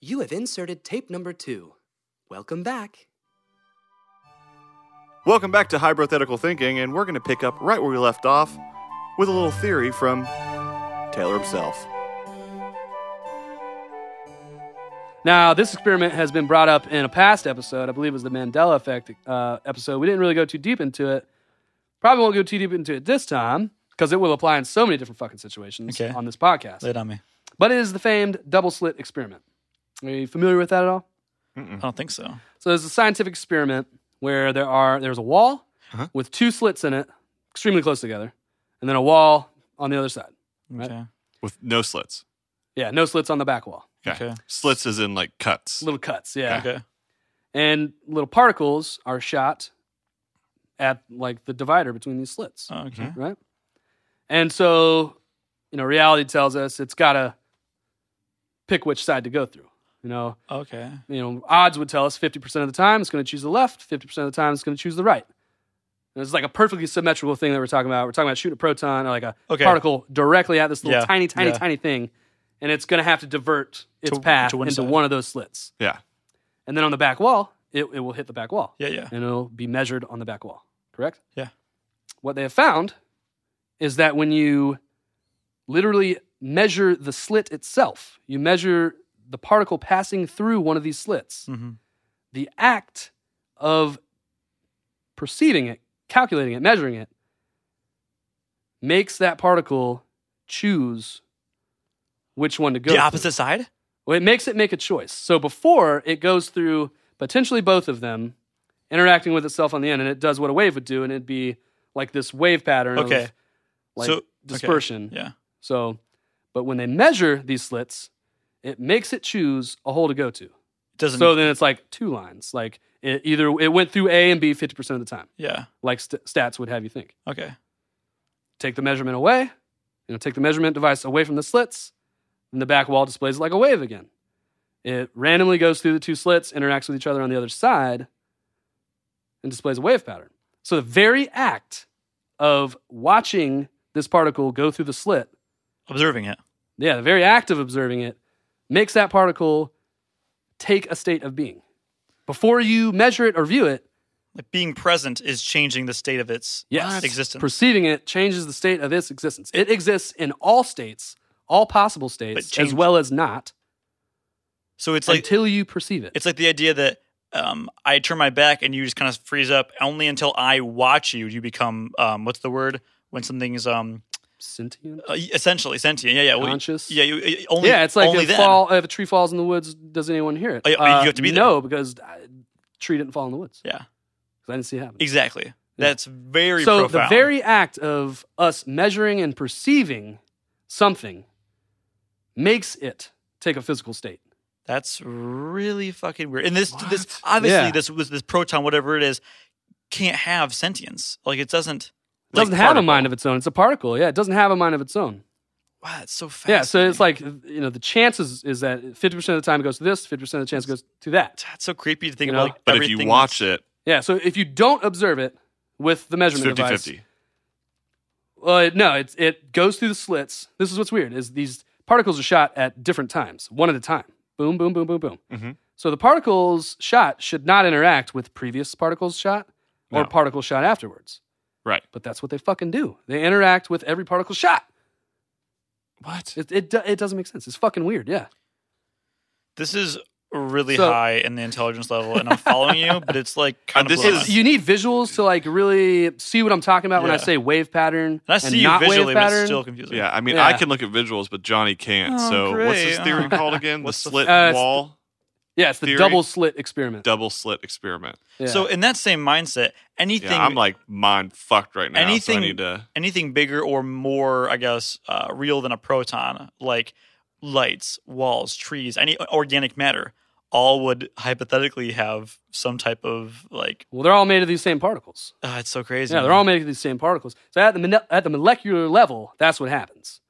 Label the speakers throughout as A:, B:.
A: You have inserted tape number two. Welcome back.
B: Welcome back to Hypothetical Thinking, and we're going to pick up right where we left off with a little theory from Taylor himself.
C: Now, this experiment has been brought up in a past episode. I believe it was the Mandela Effect uh, episode. We didn't really go too deep into it. Probably won't go too deep into it this time because it will apply in so many different fucking situations
D: Okay.
C: on this podcast.
D: Lay it on me.
C: But it is the famed double slit experiment. Are you familiar with that at all? Mm-hmm.
D: I don't think so.
C: So there's a scientific experiment where there are there's a wall
D: Uh-huh.
C: with two slits in it, extremely close together, and then a wall on the other side. Right.
D: Okay.
B: With no slits.
C: Yeah, no slits on the back wall.
B: Okay.
D: Okay.
B: Slits is in like cuts.
C: Little cuts, yeah.
D: Okay.
C: And little particles are shot at like the divider between these slits,
D: Oh, Okay.
C: right? And so, you know, reality tells us it's got to pick which side to go through. You know,
D: Oh, Okay.
C: you know, odds would tell us 50% of the time it's going to choose the left, 50% of the time it's going to choose the right. And it's like a perfectly symmetrical thing that we're talking about. We're talking about shooting a proton or like a
D: Okay.
C: particle directly at this little
D: Yeah,
C: tiny, tiny,
D: yeah.
C: tiny thing, and it's going to have to divert its
D: To-
C: path
D: to one
C: into
D: side.
C: one of those slits.
B: Yeah.
C: And then on the back wall, it, it will hit the back wall.
D: Yeah. Yeah.
C: And it'll be measured on the back wall, correct?
D: Yeah.
C: What they have found is that when you literally measure the slit itself, you measure the particle passing through one of these slits
D: Mm-hmm.
C: the act of perceiving it, calculating it, measuring it, makes that particle choose which one to go.
D: The
C: through.
D: opposite side.
C: Well, it makes it make a choice. So before it goes through potentially both of them, interacting with itself on the end, and it does what a wave would do, and it'd be like this wave pattern
D: Okay.
C: of like
D: So- okay.
C: dispersion.
D: Yeah.
C: So, but when they measure these slits, it makes it choose a hole to go to.
D: Doesn't.
C: So then it's like two lines. Like it either it went through A and B 50% of the time,
D: yeah.
C: like st- stats would have you think.
D: Okay.
C: Take the measurement away, you know, take the measurement device away from the slits, and the back wall displays it like a wave again. It randomly goes through the two slits, interacts with each other on the other side, and displays a wave pattern. So the very act of watching this particle go through the slit
D: Observing it.
C: yeah, the very act of observing it makes that particle take a state of being. Before you measure it or view it,
D: Like being present is changing the state of its existence.
C: perceiving it changes the state of its existence. It exists in all states, all possible states,
D: change-
C: as well as not,
D: so it's like
C: until you perceive it.
D: it's like the idea that um, I turn my back and you just kind of freeze up. Only until I watch you, do you become um, what's the word when something's um,
C: sentient.
D: uh, essentially sentient. Yeah. Yeah. well,
C: Conscious?
D: Yeah. You, uh, only.
C: yeah, it's like
D: only
C: if,
D: then.
C: fall, if a tree falls in the woods, does anyone hear it? Uh,
D: Oh, yeah, you have to be there.
C: No, because a tree didn't fall in the woods.
D: Yeah.
C: 'Cause I didn't see it happen.
D: Exactly. That's very
C: so
D: profound.
C: the very act of us measuring and perceiving something makes it take a physical state
D: That's really fucking weird. And this this obviously
C: Yeah.
D: this was this proton whatever it is can't have sentience. Like it doesn't.
C: it doesn't
D: like
C: have
D: particle.
C: a mind of its own it's a particle yeah it doesn't have a mind of its own
D: Wow, it's so fast.
C: yeah so it's like you know the chances is that 50% of the time it goes to this 50% of the chance it goes to that
D: that's so creepy to think
C: You
D: about.
C: know?
D: Like,
B: But if
D: everything
B: you watch it,
C: yeah so if you don't observe it with the
B: it's
C: measurement
B: 50
C: device
B: 50.
C: Uh, no, it, it goes through the slits. This is what's weird is these particles are shot at different times, one at a time. Boom, boom, boom, boom, boom.
B: Mhm.
C: So the particles shot should not interact with previous particles shot or
B: No.
C: particles shot afterwards.
B: Right.
C: But that's what they fucking do. They interact with every particle shot.
B: What?
C: It, it, do- it doesn't make sense. It's fucking weird. Yeah.
D: this is really
C: So-
D: high in the intelligence level, and I'm following you, but it's like kind
B: And
D: of
B: Uh, this
D: blown
B: is-
D: away.
C: You need visuals to like really see what I'm talking about when I
D: Yeah.
C: say wave pattern.
D: And I see you
C: not wave
D: visually, but
C: pattern.
D: it's still confusing.
B: Yeah, I mean,
C: Yeah.
B: I can look at visuals, but Johnny can't.
D: Oh,
B: so, what's this
D: great.
B: theory
D: Oh.
B: called again? the
D: What's the-
B: slit
C: Uh, it's-
B: wall,
C: yeah, it's the
B: theory.
C: double slit experiment.
B: double slit experiment.
C: Yeah.
D: So in that same mindset, anything
B: Yeah, I'm like mind fucked right now. so
D: Anything-
B: I need to.
D: anything bigger or more, I guess, uh, real than a proton, like lights, walls, trees, any organic matter, all would hypothetically have some type of like.
C: well, they're all made of these same particles.
D: Uh, it's so crazy.
C: Yeah, they're all made of these same particles. So at the mone- at the molecular level, that's what happens.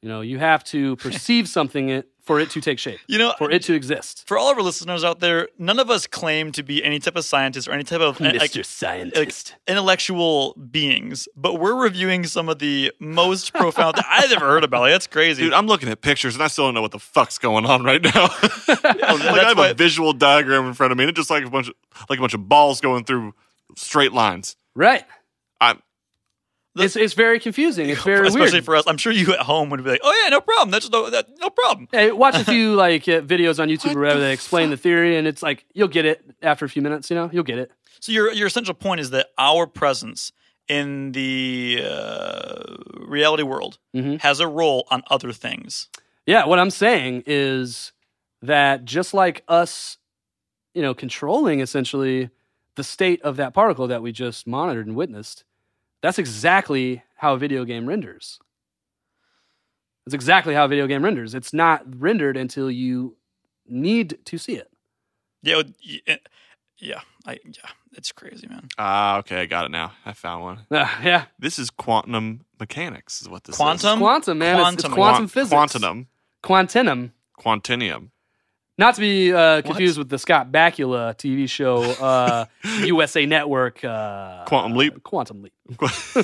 C: You know, you have to perceive something it, for it to take shape,
D: You know,
C: for it to exist.
D: for all of our listeners out there, none of us claim to be any type of scientist or any type of uh, like,
C: Scientist.
D: intellectual beings, but we're reviewing some of the most profound I've ever heard about. Like, that's crazy.
B: Dude, I'm looking at pictures and I still don't know what the fuck's going on right now. like
D: that's
B: I have a
D: what-
B: visual diagram in front of me, and it's just like a bunch of like a bunch of balls going through straight lines.
C: Right.
B: I'm
D: The-
C: it's, it's very confusing. It's very
D: especially
C: weird.
D: for us. I'm sure you at home would be like, "Oh yeah, no problem. That's no, that, no problem."
C: Hey, watch a few like uh, videos on YouTube
B: What
C: or whatever
B: the
C: they explain the theory, and it's like you'll get it after a few minutes. You know, you'll get it.
D: So your your essential point is that our presence in the uh, reality world
C: Mhm.
D: has a role on other things.
C: Yeah, what I'm saying is that just like us, you know, controlling essentially the state of that particle that we just monitored and witnessed, that's exactly how a video game renders. That's exactly how a video game renders. It's not rendered until you need to see it.
D: Yeah, it would- yeah, yeah, I, yeah. It's crazy, man.
B: ah okay, I got it now. I found one.
C: Ah, yeah.
B: This is quantum mechanics, is what this is.
D: Quantum,
C: Quantum, man. It's- It's,
D: Quantum.
C: quantum
B: Quan-
C: physics.
B: Quantum.
C: Quantinum.
B: Quantinium.
C: Not to be uh, confused with the Scott Bakula TV show, uh, USA Network. Uh,
B: Quantum leap.
C: Quantum Leap.
B: Qu-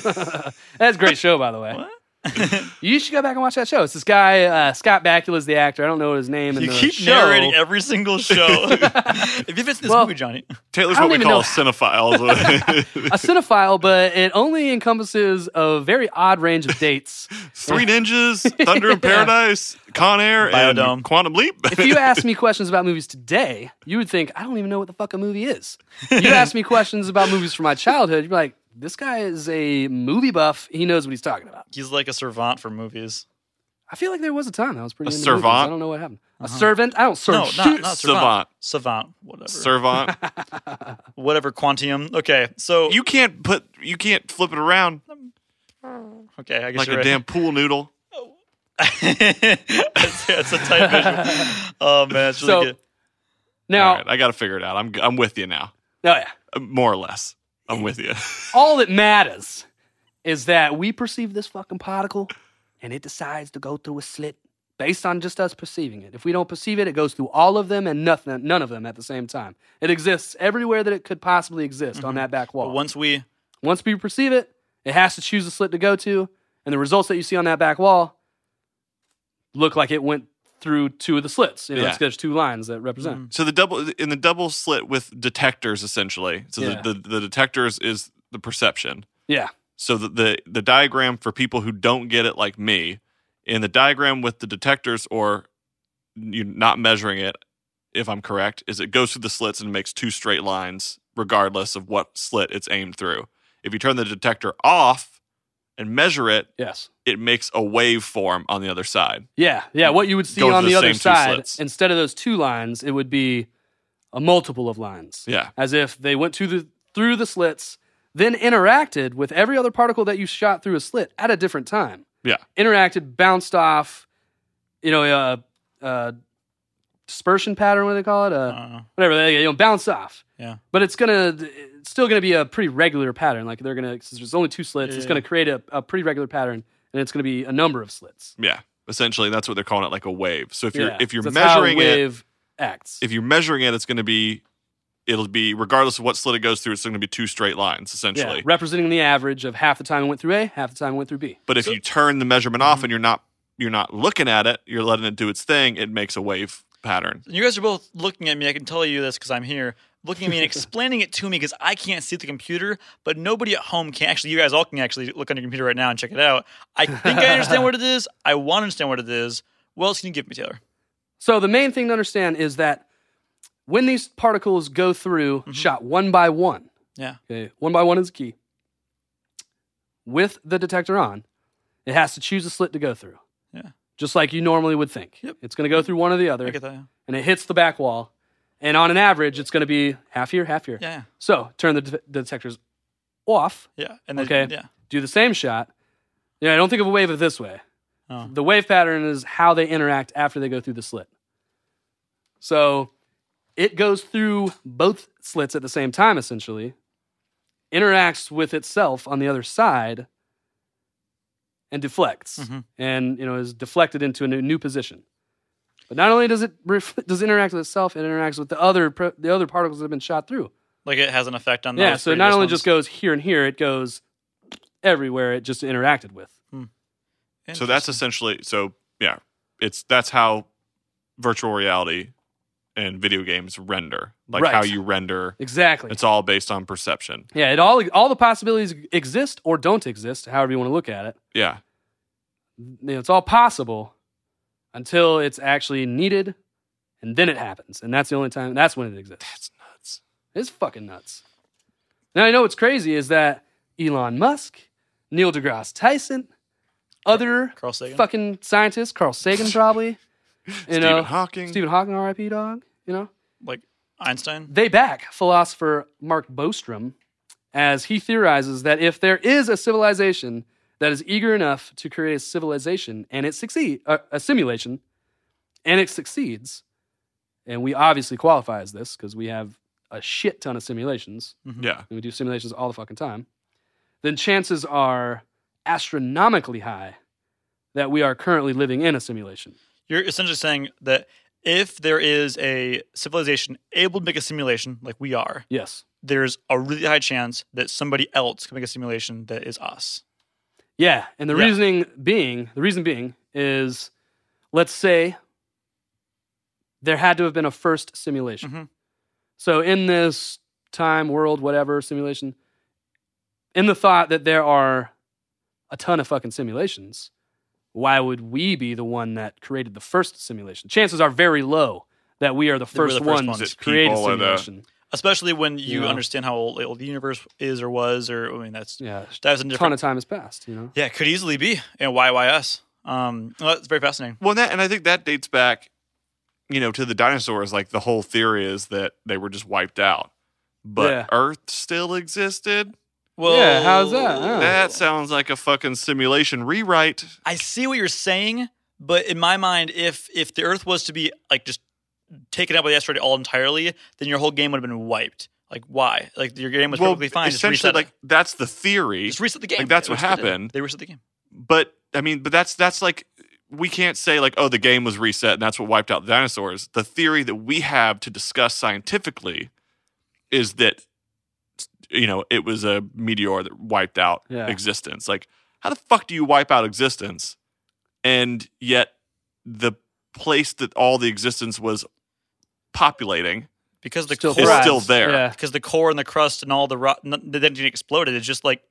C: That's a great show, by the way.
D: What?
C: You should go back and watch that show. It's this guy uh, Scott Bakula's the actor. I don't know his name. In
D: You
C: the
D: keep
C: show.
D: narrating every single show. if it's this
C: Well-
D: movie, Johnny.
B: Taylor's
C: I
B: what
C: don't
B: we
C: even
B: call
C: know-
B: a cinephile.
C: a cinephile, but it only encompasses a very odd range of dates.
B: Three Ninjas, Thunder in Paradise, Con Air,
D: Biodome.
B: and Quantum Leap.
C: If you asked me questions about movies today, you would think I don't even know what the fuck a movie is. You asked me questions about movies from my childhood, you'd be like, "This guy is a movie buff. He knows what he's talking about."
D: He's like a servant for movies.
C: I feel like there was a time I was pretty
B: A
C: into movies. I
B: servant?
C: don't know what happened. A servant? I don't serve
D: Uh-huh. No,
C: shit.
D: not, not servant.
B: Savant.
D: Savant, whatever.
B: Servant.
D: whatever quantium. Okay, so
B: You can't put. You can't flip it around
D: okay, I guess
B: like
D: you're
B: a
D: right.
B: damn pool noodle.
D: that's, that's a tight visual. Oh man, it's really
C: So-
D: good.
C: Now,
B: All right, I got to figure it out. I'm I'm with you now,
C: oh yeah,
B: Uh, more or less. I'm with you.
C: all that matters is that we perceive this fucking particle and it decides to go through a slit based on just us perceiving it. If we don't perceive it, it goes through all of them and nothing, none of them at the same time. It exists everywhere that it could possibly exist on that back wall.
D: But once we
C: Once we perceive it, it has to choose a slit to go to, and the results that you see on that back wall look like it went through two of the slits. You know,
B: Yeah. Mm-hmm.
C: it's- there's two lines that represent.
B: so the double in the double slit with detectors essentially. So
C: Yeah.
B: the, the the detectors is the perception.
C: Yeah.
B: So the, the the diagram for people who don't get it like me, in the diagram with the detectors or you not measuring it, if I'm correct, is it goes through the slits and makes two straight lines regardless of what slit it's aimed through. If you turn the detector off and measure it,
C: Yes.
B: it makes a waveform on the other side.
C: Yeah, yeah. What you would see
B: Go to
C: on
B: the
C: the, other
B: same two
C: side,
B: slits.
C: instead of those two lines, it would be a multiple of lines.
B: Yeah.
C: As if they went to the, through the slits, then interacted with every other particle that you shot through a slit at a different time.
B: Yeah.
C: Interacted, bounced off, you know, uh, uh, dispersion pattern, what do they call it? Uh,
B: Uh-huh.
D: uh,
C: whatever, they, you know, bounce off.
D: Yeah.
C: But it's going to, it's still going to be a pretty regular pattern. Like they're going to, since there's only two slits,
D: Yeah,
C: it's
D: yeah.
C: going to create a, a pretty regular pattern and it's going to be a number of slits.
B: Yeah. Essentially that's what they're calling it like a wave. So if you're
C: Yeah.
B: if you're
C: So that's how
B: measuring it
C: wave acts.
B: if you're measuring it, it's going to be, it'll be regardless of what slit it goes through, it's going to be two straight lines essentially.
C: yeah, representing the average of half the time it went through A, half the time it went through B.
B: But if you turn the measurement off and you're not you're not looking at it, you're letting it do its thing. It makes a wave pattern.
D: you guys are both looking at me, I can tell you this because I'm here looking at me and explaining it to me because I can't see the computer, but nobody at home can actually. You guys all can actually look on your computer right now and check it out. I think I understand what it is. I want to understand what it is. What else can you give me, Taylor?
C: So the main thing to understand is that when these particles go through,
B: Mm-hmm.
C: shot one by one,
D: Yeah.
C: okay, one by one is key. With the detector on, it has to choose a slit to go through.
D: Yeah.
C: Just like you normally would think.
D: Yep.
C: It's going to go through one or the
D: I
C: other,
D: get that. Yeah.
C: and it hits the back wall. And on an average, it's going to be half here, half here.
D: Yeah.
C: So turn the det- detectors off.
D: Yeah. And then,
C: Okay.
D: yeah.
C: do the same shot. Yeah, I don't think of a wave of this way.
D: Oh.
C: The wave pattern is how they interact after they go through the slit. So it goes through both slits at the same time, essentially, interacts with itself on the other side, and deflects,
D: Mhm.
C: and you know is deflected into a new, new position. But not only does it ref- does it interact with itself, it interacts with the other pro- the other particles that have been shot through.
D: Like it has an effect on.
C: yeah,
D: those
C: so it not only
D: previous
C: just goes here and here, it goes everywhere. It just interacted with.
D: ones.
B: So that's
D: Interesting.
B: essentially so yeah, it's that's how virtual reality and video games render. Like
C: Right.
B: how you render
C: Exactly.
B: it's all based on perception.
C: yeah, it all all the possibilities exist or don't exist, however you want to look at it.
B: Yeah.
C: You know, it's all possible until it's actually needed, and then it happens, and that's the only time. That's when it exists.
B: That's nuts.
C: It's fucking nuts. Now I know what's crazy is that Elon Musk, Neil deGrasse Tyson, other
D: Carl Sagan.
C: fucking scientists, Carl Sagan probably, you
B: Stephen
C: know,
B: Hawking.
C: Stephen Hawking, R.I.P. dog. You know,
D: Like Einstein.
C: they back philosopher Mark Bostrom as he theorizes that if there is a civilization that is eager enough to create a civilization and it succeed uh, a simulation and it succeeds, and we obviously qualify as this because we have a shit ton of simulations
B: yeah.
C: and we do simulations all the fucking time, then chances are astronomically high that we are currently living in a simulation.
D: You're essentially saying that if there is a civilization able to make a simulation like we are,
C: Yes.
D: there's a really high chance that somebody else can make a simulation that is us.
C: Yeah, and the
D: Yeah.
C: reasoning being, the reason being is let's say there had to have been a first simulation.
D: Mhm.
C: So in this time world whatever simulation in the thought that there are a ton of fucking simulations, why would we be the one that created the first simulation? Chances are very low that we are the
D: That we're
C: first
D: the first
C: ones
D: ones.
C: to create a
B: People are the-
C: simulation.
D: Especially when you
C: Yeah.
D: understand how old, old the universe is or was, or I mean, that's
C: Yeah.
D: that's a
C: A ton
D: different.
C: of time has passed, you know.
D: yeah, it could easily be. And why, why us? Um, well, that's very fascinating.
B: Well, and that, and I think that dates back, you know, to the dinosaurs. Like the whole theory is that they were just wiped out, but
C: Yeah.
B: Earth still existed.
D: Well,
C: Yeah, how's that? I don't know.
B: That sounds like a fucking simulation rewrite.
D: I see what you're saying, but in my mind, if if the Earth was to be like just taken out by the asteroid all entirely, then your whole game would have been wiped. Like why? Like your game was perfectly fine. Just
B: essentially,
D: reset
B: like
D: it.
B: that's the theory.
D: just reset the game.
B: like, that's what
D: Which they did.
B: happened.
D: They reset the game.
B: but I mean, but that's that's like we can't say like, oh, the game was reset and that's what wiped out the dinosaurs. The theory that we have to discuss scientifically is that you know it was a meteor that wiped out
C: Yeah.
B: existence. Like, how the fuck do you wipe out existence? And yet, the place that all the existence was populating
D: Because the
C: Still
D: core
B: is
C: Thrives.
B: still there.
C: Yeah.
D: because the core and the crust and all the rock n- that didn't exploded. It's just like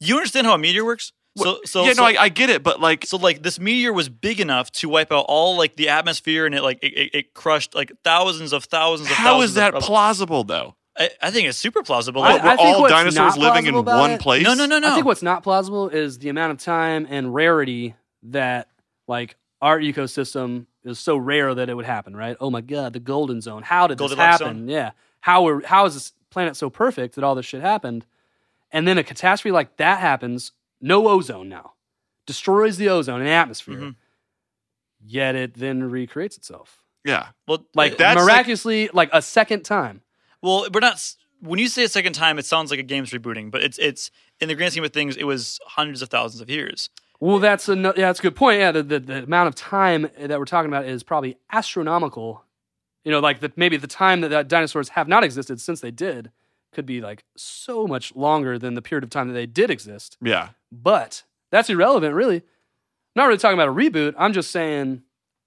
D: you understand how a meteor works. So so
B: yeah,
D: so,
B: no, I, I get it, but like,
D: so like this meteor was big enough to wipe out all like the atmosphere and it like it, it, it crushed like thousands of thousands of
B: how
D: thousands
B: is that
D: of,
B: plausible though?
D: I, I think it's super plausible.
C: I-
D: Like,
B: Were
C: I think
B: all
C: what's
B: dinosaurs
C: not
B: living in
C: plausible about
B: one
C: it-
B: place?
D: no, no, no, no.
C: I think what's not plausible is the amount of time and rarity that like our ecosystem is so rare that it would happen, right? Oh my god, the golden zone. How did this
D: Goldilocks
C: happen? Yeah. How are, how is this planet so perfect that all this shit happened? And then a catastrophe like that happens, no ozone now. Destroys the ozone and atmosphere.
B: Mm-hmm.
D: Mhm.
C: Yet it then recreates itself.
B: Yeah,
D: well, uh,
C: Like
B: That's like-
C: miraculously like a second time.
D: Well, we're not. s- When you say a second time, it sounds like a game's rebooting, but it's it's in the grand scheme of things, it was hundreds of thousands of years.
C: Well, that's a no- yeah, that's a good point. Yeah, the, the the amount of time that we're talking about is probably astronomical. You know, like the, maybe the time that, that dinosaurs have not existed since they did could be like so much longer than the period of time that they did exist.
B: yeah.
C: But that's irrelevant, really. Not really talking about a reboot. I'm just saying,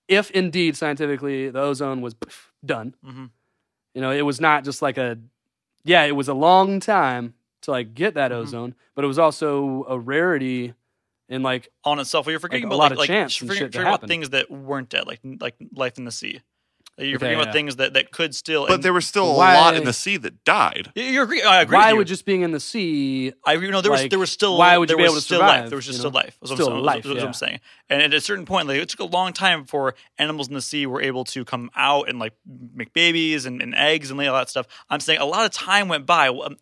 C: if indeed scientifically the ozone was poof, done,
D: Mhm.
C: you know, it was not just like a yeah, it was a long time to like get that
D: Mhm.
C: ozone, but it was also a rarity. in like
D: On itself, well, you're forgetting
C: a
D: about
C: lot
D: like,
C: of
D: like
C: chance and
D: forget-
C: shit to
D: forgetting about
C: happen.
D: things that weren't dead, like like life in the sea. Like, you're
C: Okay,
D: forgetting
C: yeah.
D: about things that, that could still.
B: But
D: and-
B: there was still
C: Why-
B: a lot in the sea that died.
D: You- you agree. I agree.
C: why
D: with you.
C: would just being in the sea
D: I you know there was
C: like,
D: there was still
C: why would you
D: there
C: be
D: was
C: able to
D: still
C: survive,
D: life. There was just
C: you
D: still
C: know?
D: life. That's what I'm
C: Still
D: saying.
C: life,
D: That's what
C: yeah.
D: I'm saying. And at a certain point, like it took a long time for animals in the sea were able to come out and like make babies and, and eggs and all that stuff. I'm saying a lot of time went by. Um,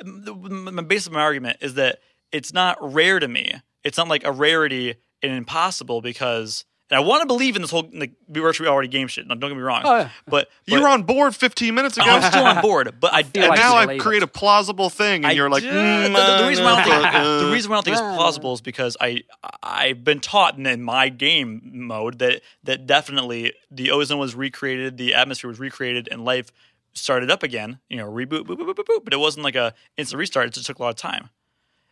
D: the- My base of my argument is that it's not rare to me. It's not like a rarity and impossible because And I want to believe in this whole like, virtual reality game shit. Now, don't get me wrong.
C: Oh, yeah.
D: But
B: You
D: but-
B: were on board 15 minutes ago.
D: I'm still on board, but I,
C: feel
D: I
B: and
C: like
B: now
C: you
B: I
C: relate
B: create
C: it.
B: a plausible thing, and
D: I
B: you're like,
D: ju-
B: mm,
D: the, the
B: uh,
D: reason why I don't think, the
B: uh,
D: reason why I don't think
C: Uh.
D: it's plausible is because I I've been taught in, in my game mode that that definitely the ozone was recreated, the atmosphere was recreated, and life started up again. You know, reboot, boop, boop, boop, boop, boop. But it wasn't like a instant restart. It just took a lot of time.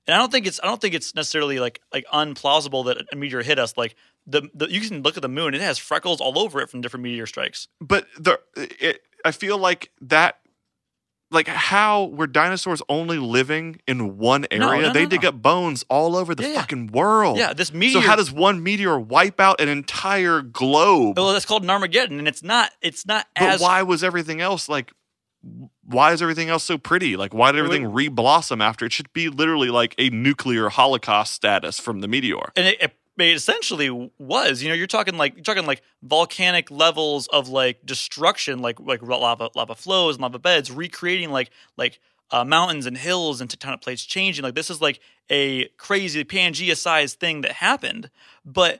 D: And I don't think it's I don't think it's necessarily like like unplausible that a meteor hit us. Like the, the you can look at the moon; it has freckles all over it from different meteor strikes.
B: but the it, I feel like that like how were dinosaurs only living in one area?
D: No, no,
B: they
D: no,
B: dig
D: no.
B: up bones all over the
D: Yeah, yeah.
B: fucking world.
D: Yeah, this
B: Oh. So
D: meteor.
B: how does one meteor wipe out an entire globe?
D: well, that's called an Armageddon, and it's not. It's not
B: but
D: as
B: why was everything else like? Why is everything else so pretty? Like, why did everything re blossom after? It should be literally like a nuclear holocaust status from the meteor.
D: and it, it, it essentially was. You know, you're talking like you're talking like volcanic levels of like destruction, like like lava lava flows and lava beds, recreating like like uh, mountains and hills and tectonic plates changing. Like this is like a crazy Pangea sized thing that happened, but.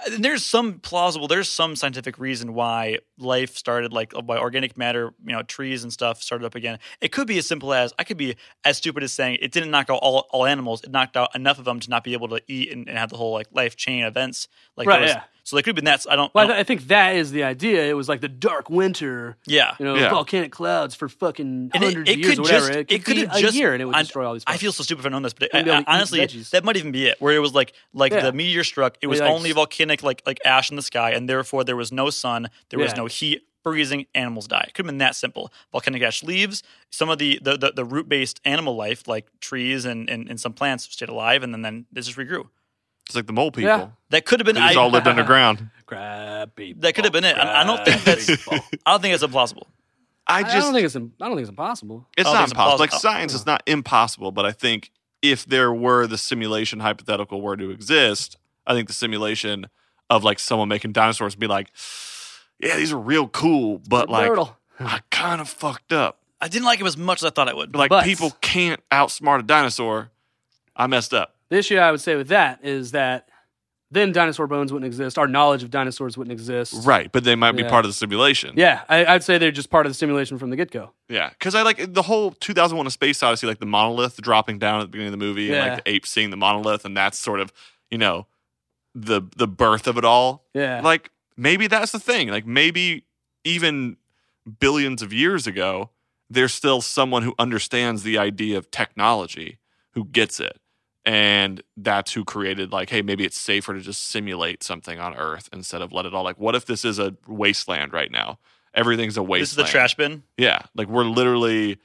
D: uh, there's some plausible, there's some scientific reason why life started, like uh, why organic matter, you know, trees and stuff started up again. It could be as simple as I could be as stupid as saying it didn't knock out all, all animals. It knocked out enough of them to not be able to eat and, and have the whole like life chain events. Like there
C: Right,
D: was-
C: yeah.
D: So they could have been that's I don't.
C: Well,
D: I
C: I,
D: don't-
C: th- I think that is the idea. It was like the dark winter,
D: yeah.
C: you know,
B: Yeah.
C: volcanic clouds for fucking
D: And it-
C: hundreds
D: it
C: of years
D: could
C: or whatever.
D: just-
C: it could
D: it could
C: be
D: have
C: a
D: just-
C: year and it would
D: I-
C: destroy all these.
D: I
C: bugs.
D: feel so stupid if I known this, but
C: Wouldn't be
D: I-
C: able to
D: I-
C: eat
D: honestly,
C: veggies.
D: that might even be it. Where it was like, like
C: Yeah.
D: the meteor struck, it was
C: Like-
D: only volcanic, like like ash in the sky, and therefore there was no sun, there was
C: Yeah.
D: no heat, freezing, animals die. It could have been that simple. Volcanic ash leaves. Some of the the, the, the root based animal life, like trees and, and and some plants, stayed alive, and then then this just regrew.
B: It's like the mole people.
C: Yeah.
D: That could have been.
B: They just
D: I-
B: all lived underground.
C: Crab people,
D: That could have been it. I- I don't think
C: crab
D: that's-
C: people.
D: I don't think that's implausible.
B: I
C: I,
B: just
C: don't think it's. im- I don't think it's impossible.
B: It's
D: Oh,
B: not
D: there's a
B: impossible.
D: plausi-
B: Like
D: oh,
B: science is not impossible, but I think if there were the simulation hypothetical were to exist, I think the simulation of like someone making dinosaurs be like, yeah, these are real cool, but
C: They're
B: like
C: brutal.
B: I kind of fucked up.
D: I didn't like him as much as I thought I would.
B: Like
C: But-
B: people can't outsmart a dinosaur. I messed up.
C: The issue I would say with that is that then dinosaur bones wouldn't exist. Our knowledge of dinosaurs wouldn't exist.
B: Right, but they might be
C: Yeah.
B: part of the simulation.
C: Yeah, I, I'd say they're just part of the simulation from the get go.
B: Yeah, because I like the whole 2001: A Space Odyssey, like the monolith dropping down at the beginning of the movie, and
C: Yeah.
B: like the ape seeing the monolith, and that's sort of you know the the birth of it all.
C: Yeah.
B: Like maybe that's the thing. Like maybe even billions of years ago, there's still someone who understands the idea of technology who gets it. And that's who created like, hey, maybe it's safer to just simulate something on Earth instead of let it all like what if this is a wasteland right now? Everything's a wasteland.
D: this is the trash bin.
B: Yeah, like we're literally,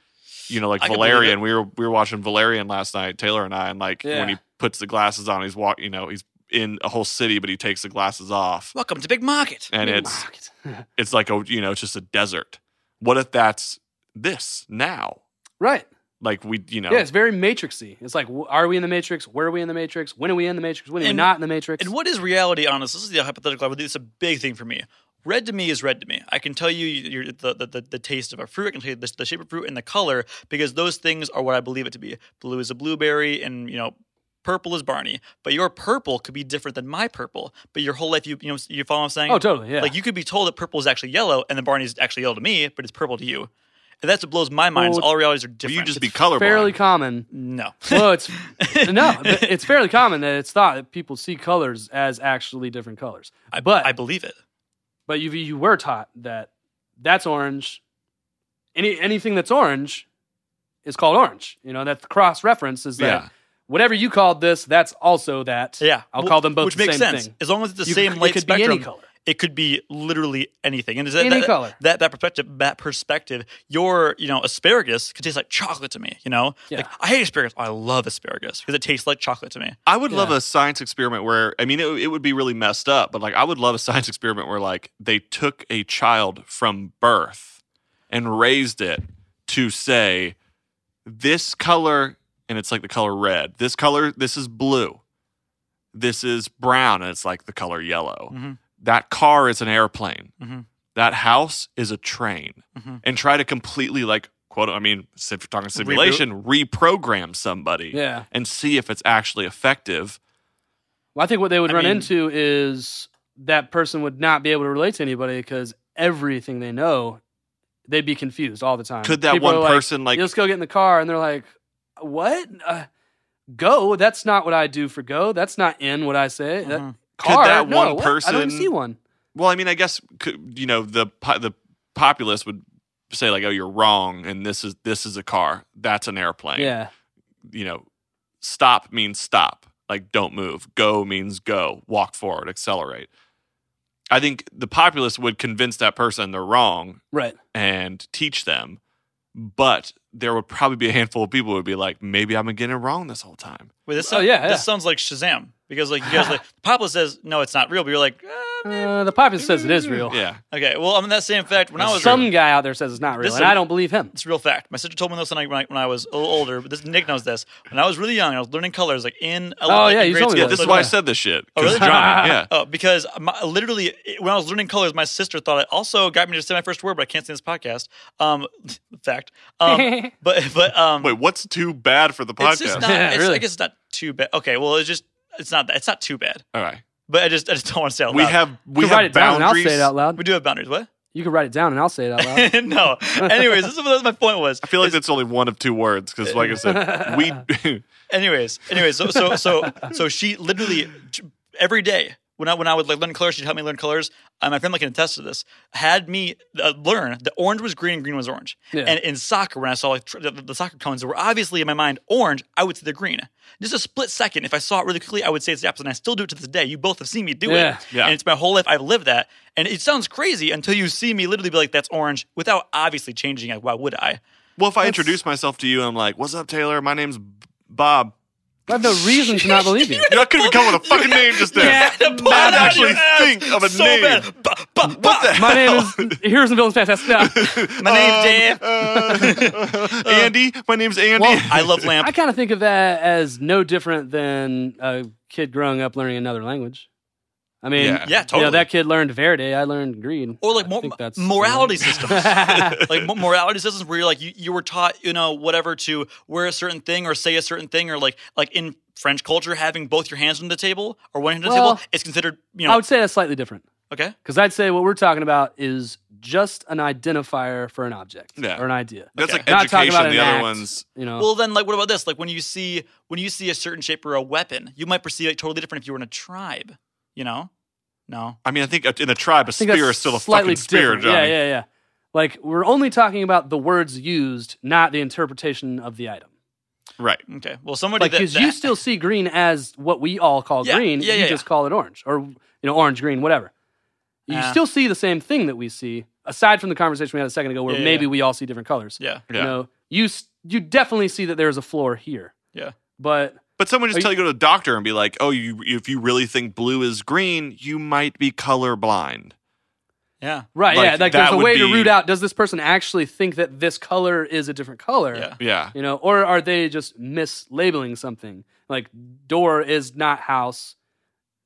B: you know, like
D: I can believe
B: Valerian. We were we were watching Valerian last night, Taylor and I, and like
C: Yeah.
B: when he puts the glasses on, he's walk, you know, he's in a whole city, but he takes the glasses off,
D: Welcome to Big Market.
B: and
C: Big
B: it's
C: market.
B: it's like a you know, it's just a desert. What if that's this now?
C: right.
B: Like we, you know,
D: Oh.
C: Yeah, it's very matrixy. It's like, w- are we in the matrix? Where are we in the matrix? When are we in the matrix? When are
D: And-
C: we not in the matrix?
D: And what is reality, honest? This is the hypothetical. I would do. It's a big thing for me. Red to me is red to me. I can tell you your, the, the, the, the taste of a fruit. I can tell you the, the shape of fruit and the color because those things are what I believe it to be. Blue is a blueberry, and you know, purple is Barney. But your purple could be different than my purple. But your whole life, you you know, you follow what I'm saying?
C: oh, totally. Yeah.
D: Like you could be told that purple is actually yellow, and then Barney's actually yellow to me, but it's purple to you. And that's what blows my mind. is
C: Well,
D: all realities are
B: but
D: different.
B: you just be
D: It's-
B: colorblind.
C: fairly common.
D: no.
C: Well, it's no, but it's fairly common that it's thought that people see colors as actually different colors.
D: I,
C: but
D: I believe it.
C: but you you were taught that that's orange. Any anything that's orange is called orange. You know that's the cross reference is that
B: Yeah.
C: whatever you called this, that's also that.
D: Yeah,
C: I'll
D: Well,
C: call them both
D: which
C: the
D: makes
C: same
D: sense.
C: thing.
D: As long as it's the
C: You-
D: same light
C: it could
D: spectrum,
C: be any color.
D: it could be literally anything. And is that,
C: Any
D: that,
C: color.
D: That that perspective, that perspective, your you know asparagus could taste like chocolate to me. You know,
C: Yeah.
D: like I hate asparagus. I love asparagus because it tastes like chocolate to me.
B: I would love
C: Yeah.
B: a science experiment where I mean it, it would be really messed up, but like I would love a science experiment where like they took a child from birth and raised it to say this color and it's like the color red. This color this is blue. This is brown and it's like the color yellow.
D: Mhm.
B: That car is an airplane.
C: Mm-hmm.
D: Mhm.
B: That house is a train.
D: Mhm.
B: And try to completely like quote I mean if you're talking simulation reprogram somebody
C: Yeah.
B: and see if it's actually effective.
C: Well, I think what they would
D: I
C: run
D: mean-
C: into is that person would not be able to relate to anybody because everything they know, they'd be confused all the time.
B: Could that
C: People are
B: one
C: like,
B: person like,
C: "Yeah, let's go get in the car and they're like what uh, go that's not what i do for go that's not in what i say that,
D: Mhm.
C: car
B: Mm-hmm. that
C: No,
B: one
C: what? i don't even
B: person-
C: see one
B: well, I mean, I guess could, you know the po- the populace would say like, oh, you're wrong, and this is this is a car, that's an airplane.
C: yeah
B: You know, stop means stop, like don't move. Go means go, walk forward, accelerate. I think the populace would convince that person they're wrong
C: right
B: and teach them, but there would probably be a handful of people who would be like, maybe I'm getting it wrong this whole time.
D: Wait, this
C: Oh,
D: sound-
C: yeah, yeah.
D: this sounds like Shazam because like you guys like the populace says no, it's not real, but you're like, eh, man.
C: uh, the populace says it is real
B: Yeah.
D: okay, well, I mean that same fact when I was
C: some guy out there says it's not real
D: This
C: and
D: is-
C: i don't believe him
D: it's a real fact. My sister told me this when I, when I, when I was a little older, but this Nick knows this. When I was really young, I was learning colors like in ele-
C: Oh,
D: like,
C: yeah,
D: in
C: you
D: grade
C: told me
B: Yeah,
D: school.
C: that.
B: this is
D: Like,
B: why I said this shit.
D: Oh,
B: 'cause
D: really?
B: drama, yeah.
D: Oh, because my, literally, it- when I was learning colors, my sister thought it also got me to say my first word, but I can't say this podcast. Um, fact. Um, but but um,
B: Wait, what's too bad for the podcast?
D: it's just not.
C: Yeah,
D: it's,
C: really.
D: I guess it's not too bad. Okay, well, it's just it's not that it's not too bad.
B: All right.
D: But I just I just don't want to say it out
B: We
D: loud.
B: have we have
C: you can write it down and i'll
B: boundaries.
C: say it out loud
D: we do have boundaries. What?
C: you can write it down and i'll say it out loud
D: no. Anyways, this is what my point was.
B: I feel like that's only one of two words because, like I said, we
D: Anyways, anyways, so so so so she literally t- every day when I when I would like learn colors, she'd help me learn colors. Uh, my family can attest to this. Had me uh, learn that orange was green and green was orange.
C: Yeah.
D: And in soccer, when I saw like tr- the, the soccer cones that were obviously in my mind orange, I would see the green. Just a split second, if I saw it really quickly, I would say it's the opposite. And I still do it to this day. You both have seen me do
C: Yeah.
D: it,
B: Yeah.
D: and it's my whole life. I've lived that, and it sounds crazy until you see me literally be like, "That's orange," without obviously changing it. Why would I?
B: well, if I introduce myself to you, I'm like, "What's up, Taylor? My name's Bob."
C: i have no reason to not believe you
B: You know, I could have come with a fucking name just there.
D: the
B: Now I actually think of a
D: so
B: name.
D: Bad. Ba- ba- ba-
B: the
C: my name is here's the villain's fantastic now
D: My name's Dan.
B: uh, Andy. My name's Andy.
C: Well,
D: I love lamp.
C: i kind of think of that as no different than a kid growing up learning another language i mean
B: Yeah.
D: yeah,
C: Yeah,
D: totally.
C: that kid learned Verde. I learned Green.
D: or like
C: I
D: mor-
C: think that's-
D: morality systems, like mo- morality systems where you're like you, you were taught you know whatever to wear a certain thing or say a certain thing or like like in French culture having both your hands on the table or one hand on the
C: Well,
D: table is considered you know
C: I would say that's slightly different
D: okay
C: because I'd say what we're talking about is just an identifier for an object
B: Yeah.
C: or an idea.
B: That's
D: Okay.
B: like
C: Not talking
B: education.
C: about
B: The
C: an
B: other
C: act.
B: ones.
C: You know,
D: Well, then, like, what about this? Like, when you see when you see a certain shape or a weapon, you might perceive it totally different if you were in a tribe. You know? No.
B: I mean, I think in a tribe, a
C: I think
B: spear is
C: that's
B: still a
C: slightly
B: fucking spear,
C: different.
B: Johnny.
C: Yeah, yeah, yeah. Like we're only talking about the words used, not the interpretation of the item.
B: Right.
D: Okay. Well, somebody
C: Like
D: that,
C: because you
D: that-
C: still see green as what we all call
D: Yeah,
C: green,
D: yeah,
C: you
D: yeah,
C: just call it orange or you know orange green, whatever. You
D: Ah.
C: still see the same thing that we see, aside from the conversation we had a second ago, where
D: Yeah, yeah,
C: maybe
D: yeah.
C: we all see different colors.
D: yeah.
B: Yeah.
C: You know, you s- you definitely see that there's a floor here.
D: Yeah.
C: But
B: But someone just
C: Are
B: tell you to go to the doctor and be like, "Oh, you if you really think blue is green, you might be colorblind."
D: Yeah.
C: right,
B: Like,
C: yeah,
B: that
C: like there's a
B: would
C: way to
B: be-
C: root out does this person actually think that this color is a different color?
D: Yeah.
B: Yeah.
C: You know, or are they just mislabeling something? Like door is not house,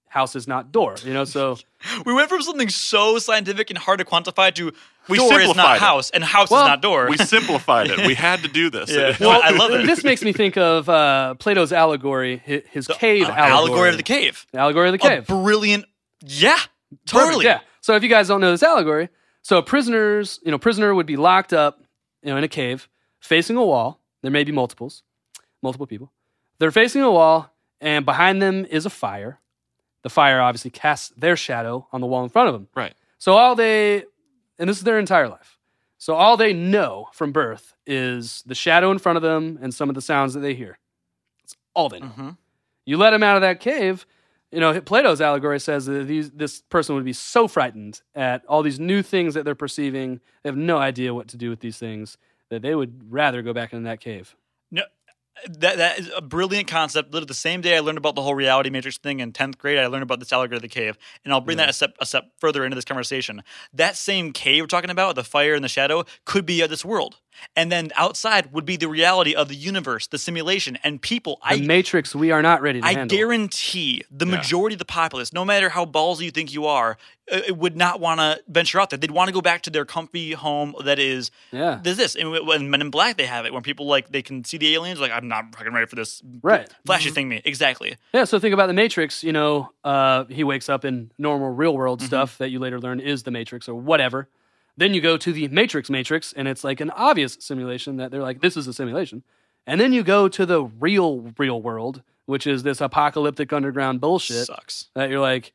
C: house is not door, you know? So
D: We went from something so scientific and hard to quantify to
B: We
D: door is
B: simplified
D: not
B: it.
D: house and house
C: Well,
D: is not door.
B: We simplified it. We had to do this.
D: Yeah. Well, I love it.
C: this makes me think of uh, Plato's allegory, his, his cave
D: Uh,
C: allegory.
D: of the cave. Oh,
C: The allegory of the
D: A
C: cave.
D: brilliant. Yeah.
C: Perfect,
D: Totally.
C: Yeah. So if you guys don't know this allegory, so prisoners, you know, prisoner would be locked up, you know, in a cave facing a wall. There may be multiples, multiple people. They're facing a wall, and behind them is a fire. The fire obviously casts their shadow on the wall in front of them.
B: Right.
C: So all they, and this is their entire life. So all they know from birth is the shadow in front of them and some of the sounds that they hear. That's all they know.
D: Mhm.
C: You let him out of that cave. You know, Plato's allegory says that these, this person would be so frightened at all these new things that they're perceiving. They have no idea what to do with these things that they would rather go back into that cave.
D: That that is a brilliant concept. Literally, the same day I learned about the whole reality matrix thing in tenth grade, I learned about this allegory of the cave, and I'll bring that a step a step further into this conversation. That same cave we're talking about, the fire and the shadow, could be uh, this world. And then outside would be the reality of the universe, the simulation, and people.
C: The
D: I
C: matrix we are not ready to
D: I
C: handle.
D: guarantee the
B: Yeah.
D: majority of the populace, no matter how ballsy you think you are, uh, uh, would not want to venture out there. They'd want to go back to their comfy home that is
C: yeah.
D: there's this. And when Men in Black, they have it when people like they can see the aliens. Like I'm not fucking ready for this
C: Right. Mm-hmm.
D: flashy thing. Me exactly.
C: Yeah, so think about the Matrix. You know, uh, he wakes up in normal, real
D: Mm-hmm.
C: world stuff that you later learn is the Matrix or whatever. Then you go to the Matrix Matrix, and it's like an obvious simulation that they're like, this is a simulation. And then you go to the real, real world, which is this apocalyptic underground bullshit
D: Sucks.
C: that you're like,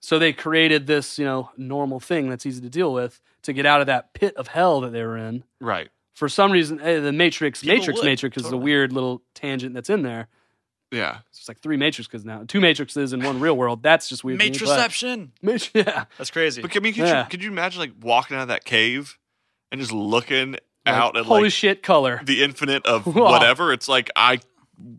C: so they created this, you know, normal thing that's easy to deal with to get out of that pit of hell that they were in
B: Right.
C: for some reason, eh, the Matrix,
D: People
C: Matrix,
D: would,
C: Matrix is the
D: totally.
C: weird little tangent that's in there.
B: Yeah.
C: It's like three matrices now, two matrices in one real world. That's just weird. to me, but-
D: Matriception.
C: Mat- yeah,
D: That's crazy.
B: But I mean, could,
C: Yeah.
B: you, could you imagine like walking out of that cave and just looking out
C: Like,
B: at
C: holy
B: like
C: shit, color.
B: the infinite of
C: Wow.
B: whatever? It's like I,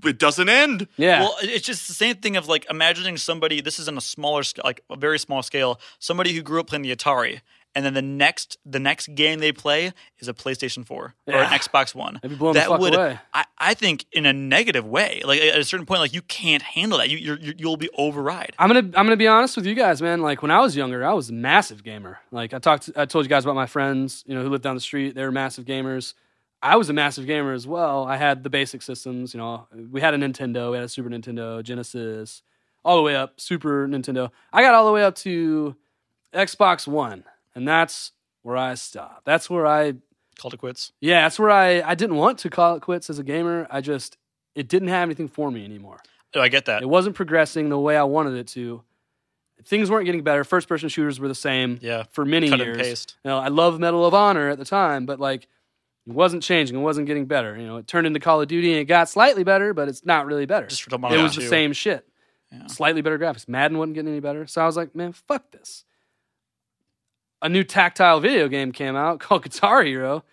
B: it doesn't end.
C: Yeah,
D: Well, it- it's just the same thing of like imagining somebody. This is on a smaller, sc- like a very small scale. Somebody who grew up playing the Atari, and then the next the next game they play is a PlayStation Four or an
C: Yeah.
D: Xbox One.
C: That'd be blowing the fuck
D: would,
C: away.
D: I, I think, in a negative way. Like at a certain point, like you can't handle that. You you're, you you'll be override.
C: I'm gonna I'm gonna be honest with you guys, man. Like when I was younger, I was a massive gamer. Like I talked, I told you guys about my friends, you know, who lived down the street. They were massive gamers. I was a massive gamer as well. I had the basic systems. You know, we had a Nintendo, we had a Super Nintendo, Genesis, all the way up Super Nintendo. I got all the way up to Xbox One, and that's where I stopped. That's where I
D: Call it quits.
C: yeah, that's where I I didn't want to call it quits as a gamer. I just it didn't have anything for me anymore.
D: Oh, I get that.
C: It wasn't progressing the way I wanted it to. Things weren't getting better. First person shooters were the same
D: Yeah.
C: for many
D: Cut
C: years.
D: and paste.
C: You know, I love Medal of Honor at the time, but like it wasn't changing. It wasn't getting better. You know, it turned into Call of Duty and it got slightly better, but it's not really better.
D: Just for tomorrow.
C: it was
D: too.
C: the same shit.
D: Yeah.
C: Slightly better graphics. Madden wasn't getting any better. So I was like, man, fuck this. A new tactile video game came out called Guitar Hero.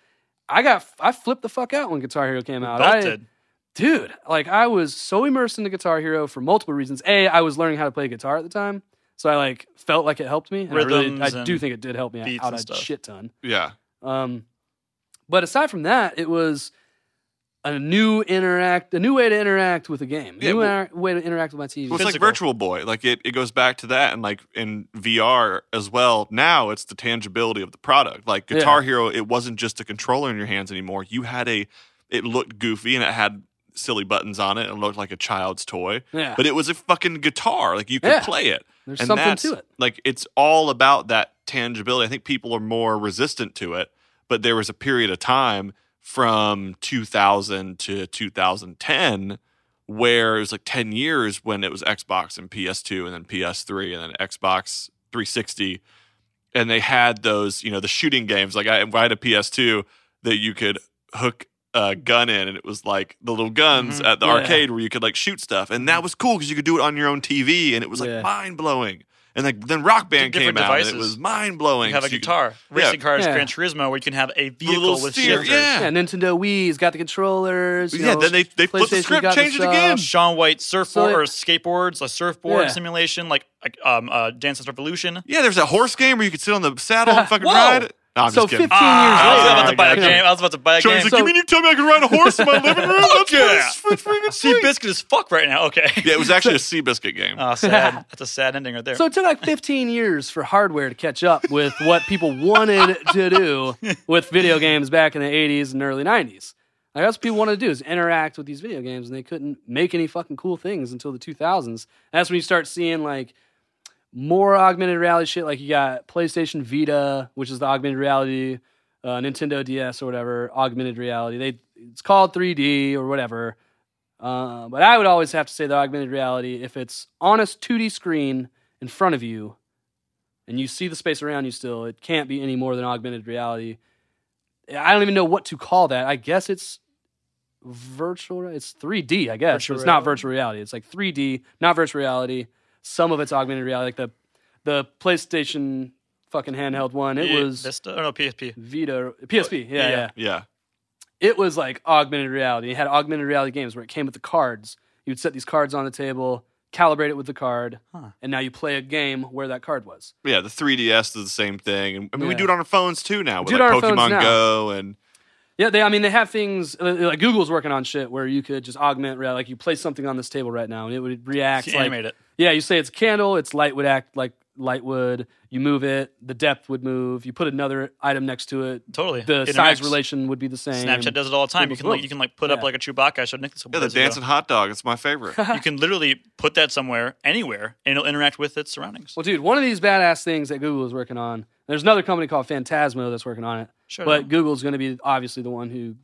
C: I got I flipped the fuck out when Guitar Hero came out. I-
D: Belted.
C: dude, like I was so immersed into Guitar Hero for multiple reasons. A, I was learning how to play guitar at the time, so I like felt like it helped me. And I, really,
D: Rhythms
C: I do
D: and
C: think it did help me
D: beats
C: out
D: and
C: a
D: stuff.
C: shit ton.
B: Yeah.
C: Um, but aside from that, it was a new interact, a new way to interact with a game, a
B: Yeah,
C: new
B: well-
C: inter- way to interact with my TV.
B: Well, it's like
D: Physical.
B: Virtual Boy. Like it, it goes back to that, and like in VR as well. Now it's the tangibility of the product. Like
C: Yeah.
B: Guitar Hero, it wasn't just a controller in your hands anymore. You had a. It looked goofy and it had silly buttons on it and looked like a child's toy,
C: yeah,
B: but it was a fucking guitar. Like you could
C: Yeah.
B: play it.
C: there's
B: and
C: something
B: that's
C: to it.
B: like it's all about that tangibility. I think people are more resistant to it, but there was a period of time from 2000 to 2010 where it was like 10 years when it was Xbox and PS2 and then PS3 and then Xbox 360 and they had those, you know, the shooting games like I, I had a PS2 that you could hook a gun in and it was like the little guns
D: Mhm.
B: at the
C: Mm-hmm. Yeah.
B: arcade where you could like shoot stuff and that was cool cuz you could do it on your own TV and it was like
C: Yeah.
B: mind blowing. And like then Rock Band came
D: different
B: out, and it
D: devices.
B: was mind blowing.
D: You have a guitar, racing cars,
C: Yeah.
D: Gran Turismo, where you can have a
B: little
D: vehicle with
B: steer,
D: shifters.
B: yeah.
C: Yeah, Nintendo Wii's got the controllers. you
B: yeah,
C: know,
B: then they they flipped the
C: PlayStation
B: script,
C: got the
B: changed it
C: stuff.
B: again.
D: Sean White
C: So
D: surfboard
C: it-
D: or skateboards, a surfboard
C: Yeah.
D: simulation, like like, um, uh, Dance Dance Revolution.
B: Yeah, there's that horse game where you could sit on the saddle and fucking
C: Whoa.
B: ride. it. No, I'm
C: so
B: just
C: 15
B: kidding.
C: years
D: Ah, I was
B: yeah,
D: about
C: later, Oh
D: to buy a
B: I got it.
D: game. I was about to buy a
B: Joey's
D: game.
B: like,
C: So-
B: you mean you tell me I can ride a horse in my living room? That's
D: yeah.
B: pretty- that's freaking
D: Sea
B: sweet.
D: Biscuit is fuck right now. Okay.
B: Yeah, it was actually a Seabiscuit game.
D: Oh, sad. That's a sad ending right there.
C: So it took like 15 years for hardware to catch up with what people wanted to do with video games back in the 80s and early 90s. Like that's what people wanted to do is interact with these video games, and they couldn't make any fucking cool things until the 2000s. That's when you start seeing like more augmented reality shit. Like you got PlayStation Vita, which is the augmented reality, uh, Nintendo DS or whatever, augmented reality. They it's called 3D or whatever. Uh, but I would always have to say that augmented reality, if it's on a 2D screen in front of you and you see the space around you still, it can't be any more than augmented reality. I don't even know what to call that. I guess it's virtual, re- it's 3D, I guess.
D: Virtual
C: but it's not
D: reality.
C: virtual reality. It's like 3D, not virtual reality. Some of it's augmented reality, like the, the PlayStation fucking handheld one. It
D: Yeah,
C: was
D: Vista. Oh no, PSP.
C: Vita, PSP,
D: Yeah,
C: yeah.
D: yeah.
C: yeah
B: Yeah.
C: it was like augmented reality. It had augmented reality games where it came with the cards. You'd set these cards on the table, calibrate it with the card,
D: Huh.
C: and now you play a game where that card was.
B: Yeah, the 3DS is the same thing. And I mean, we
C: Yeah.
B: do it on our phones too now
C: We
B: with
C: do it
B: like
C: on our phones
B: Pokemon
C: now.
B: Go and
C: Yeah, they. I mean, they have things uh, like Google's working on shit where you could just augment, rea- like you place something on this table right now and it would react.
D: She
C: like,
D: animate it.
C: Yeah, you say it's a candle, its light would act like light would. You move it, the depth would move. You put another item next to it,
D: Totally.
C: the
D: Interacts.
C: size relation would be the same.
D: Snapchat does it all the time. You
C: Google's
D: can like
C: Google.
D: you can like put up
C: Yeah.
D: like a Chewbacca. I showed Nicholas. a couple
B: Yeah, the
D: days ago.
B: dancing hot dog. It's my favorite.
D: you can literally put that somewhere, anywhere, and it'll interact with its surroundings.
C: Well, dude, one of these badass things that Google is working on. There's another company called Phantasmo that's working on it,
D: Sure.
C: but Google's going to be obviously the one who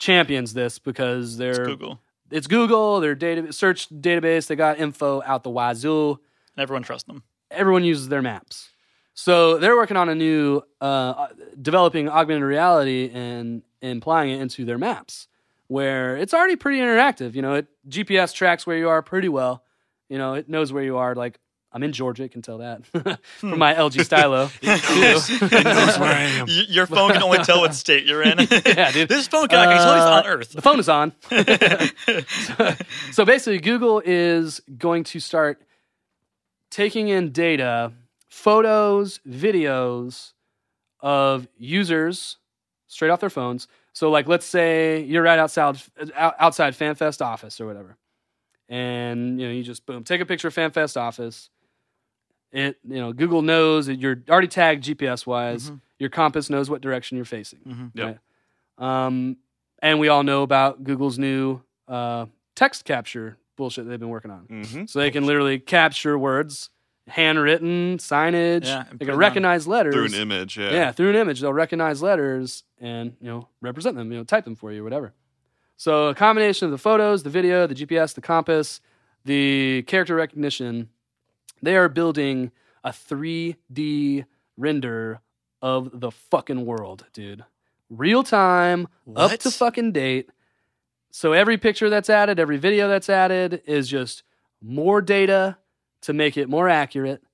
C: champions this because they're
D: it's Google,
C: it's Google, their data search database. They got info out the wazoo.
D: and everyone trusts them.
C: Everyone uses their maps, so they're working on a new, uh, developing augmented reality and implying it into their maps, where it's already pretty interactive. You know, it GPS tracks where you are pretty well. You know, it knows where you are. Like I'm in Georgia, it can tell that
D: Hmm.
C: from my LG Stylo.
B: That's where I am.
D: Y- your phone can only tell what state you're in.
C: Yeah, dude.
D: This phone can I can tell it's on
C: Uh,
D: Earth.
C: The phone is on. so, so basically, Google is going to start taking in data, photos, videos of users straight off their phones. So, like, let's say you're right outside out- outside FanFest office or whatever, and you know you just boom take a picture of FanFest office. It you know Google knows that you're already tagged GPS wise.
D: Mhm.
C: Your compass knows what direction you're facing.
D: Mhm.
B: Yep.
C: Right? Um, and we all know about Google's new uh, text capture bullshit they've been working on.
B: hmm
C: So they can literally capture words, handwritten, signage.
D: Yeah,
C: they
D: and put it
C: can
D: on-
C: recognize letters.
B: Through an image. Yeah.
C: yeah. through an image, they'll recognize letters and you know represent them. You know, type them for you, whatever. So a combination of the photos, the video, the GPS, the compass, the character recognition. They are building a 3D render of the fucking world, dude. Real time, up
D: What?
C: to fucking date. So every picture that's added, every video that's added is just more data to make it more accurate.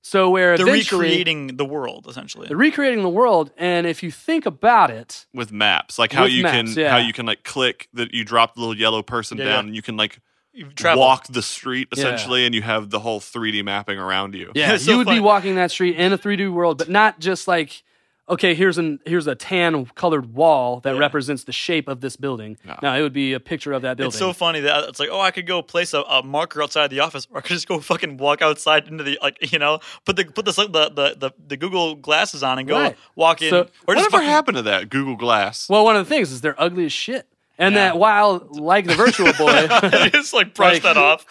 C: So where
D: They're
C: eventually
D: recreating the world essentially.
C: they're recreating the world, and if you think about it,
B: With maps, like how
C: With
B: you
C: maps,
B: can
C: yeah.
B: how you can like click that you drop the little yellow person
D: Yeah,
B: down
D: yeah.
B: and you can like
D: You travel.
B: walk the street
C: Yeah.
B: essentially, and you have the whole 3D mapping around you.
C: yeah,
D: It's so
C: you would be
D: funny.
C: walking that street in a 3D world, but not just like okay, here's an here's a tan colored wall that
D: Yeah.
C: represents the shape of this building.
B: No.
C: No. it would be a picture of that building.
D: It's so funny that it's like, oh, I could go place a, a marker outside the office, or I could just go fucking walk outside into the like, you know, put the put the the the, the, the Google glasses on and go
C: Right.
D: walk in.
C: So,
D: or just
B: Whatever
D: fucking,
B: happened to that Google Glass?
C: well, one of the things is they're ugly as shit, and
D: Yeah.
C: that while like the Virtual Boy.
D: just like
C: Like-
D: brush that off.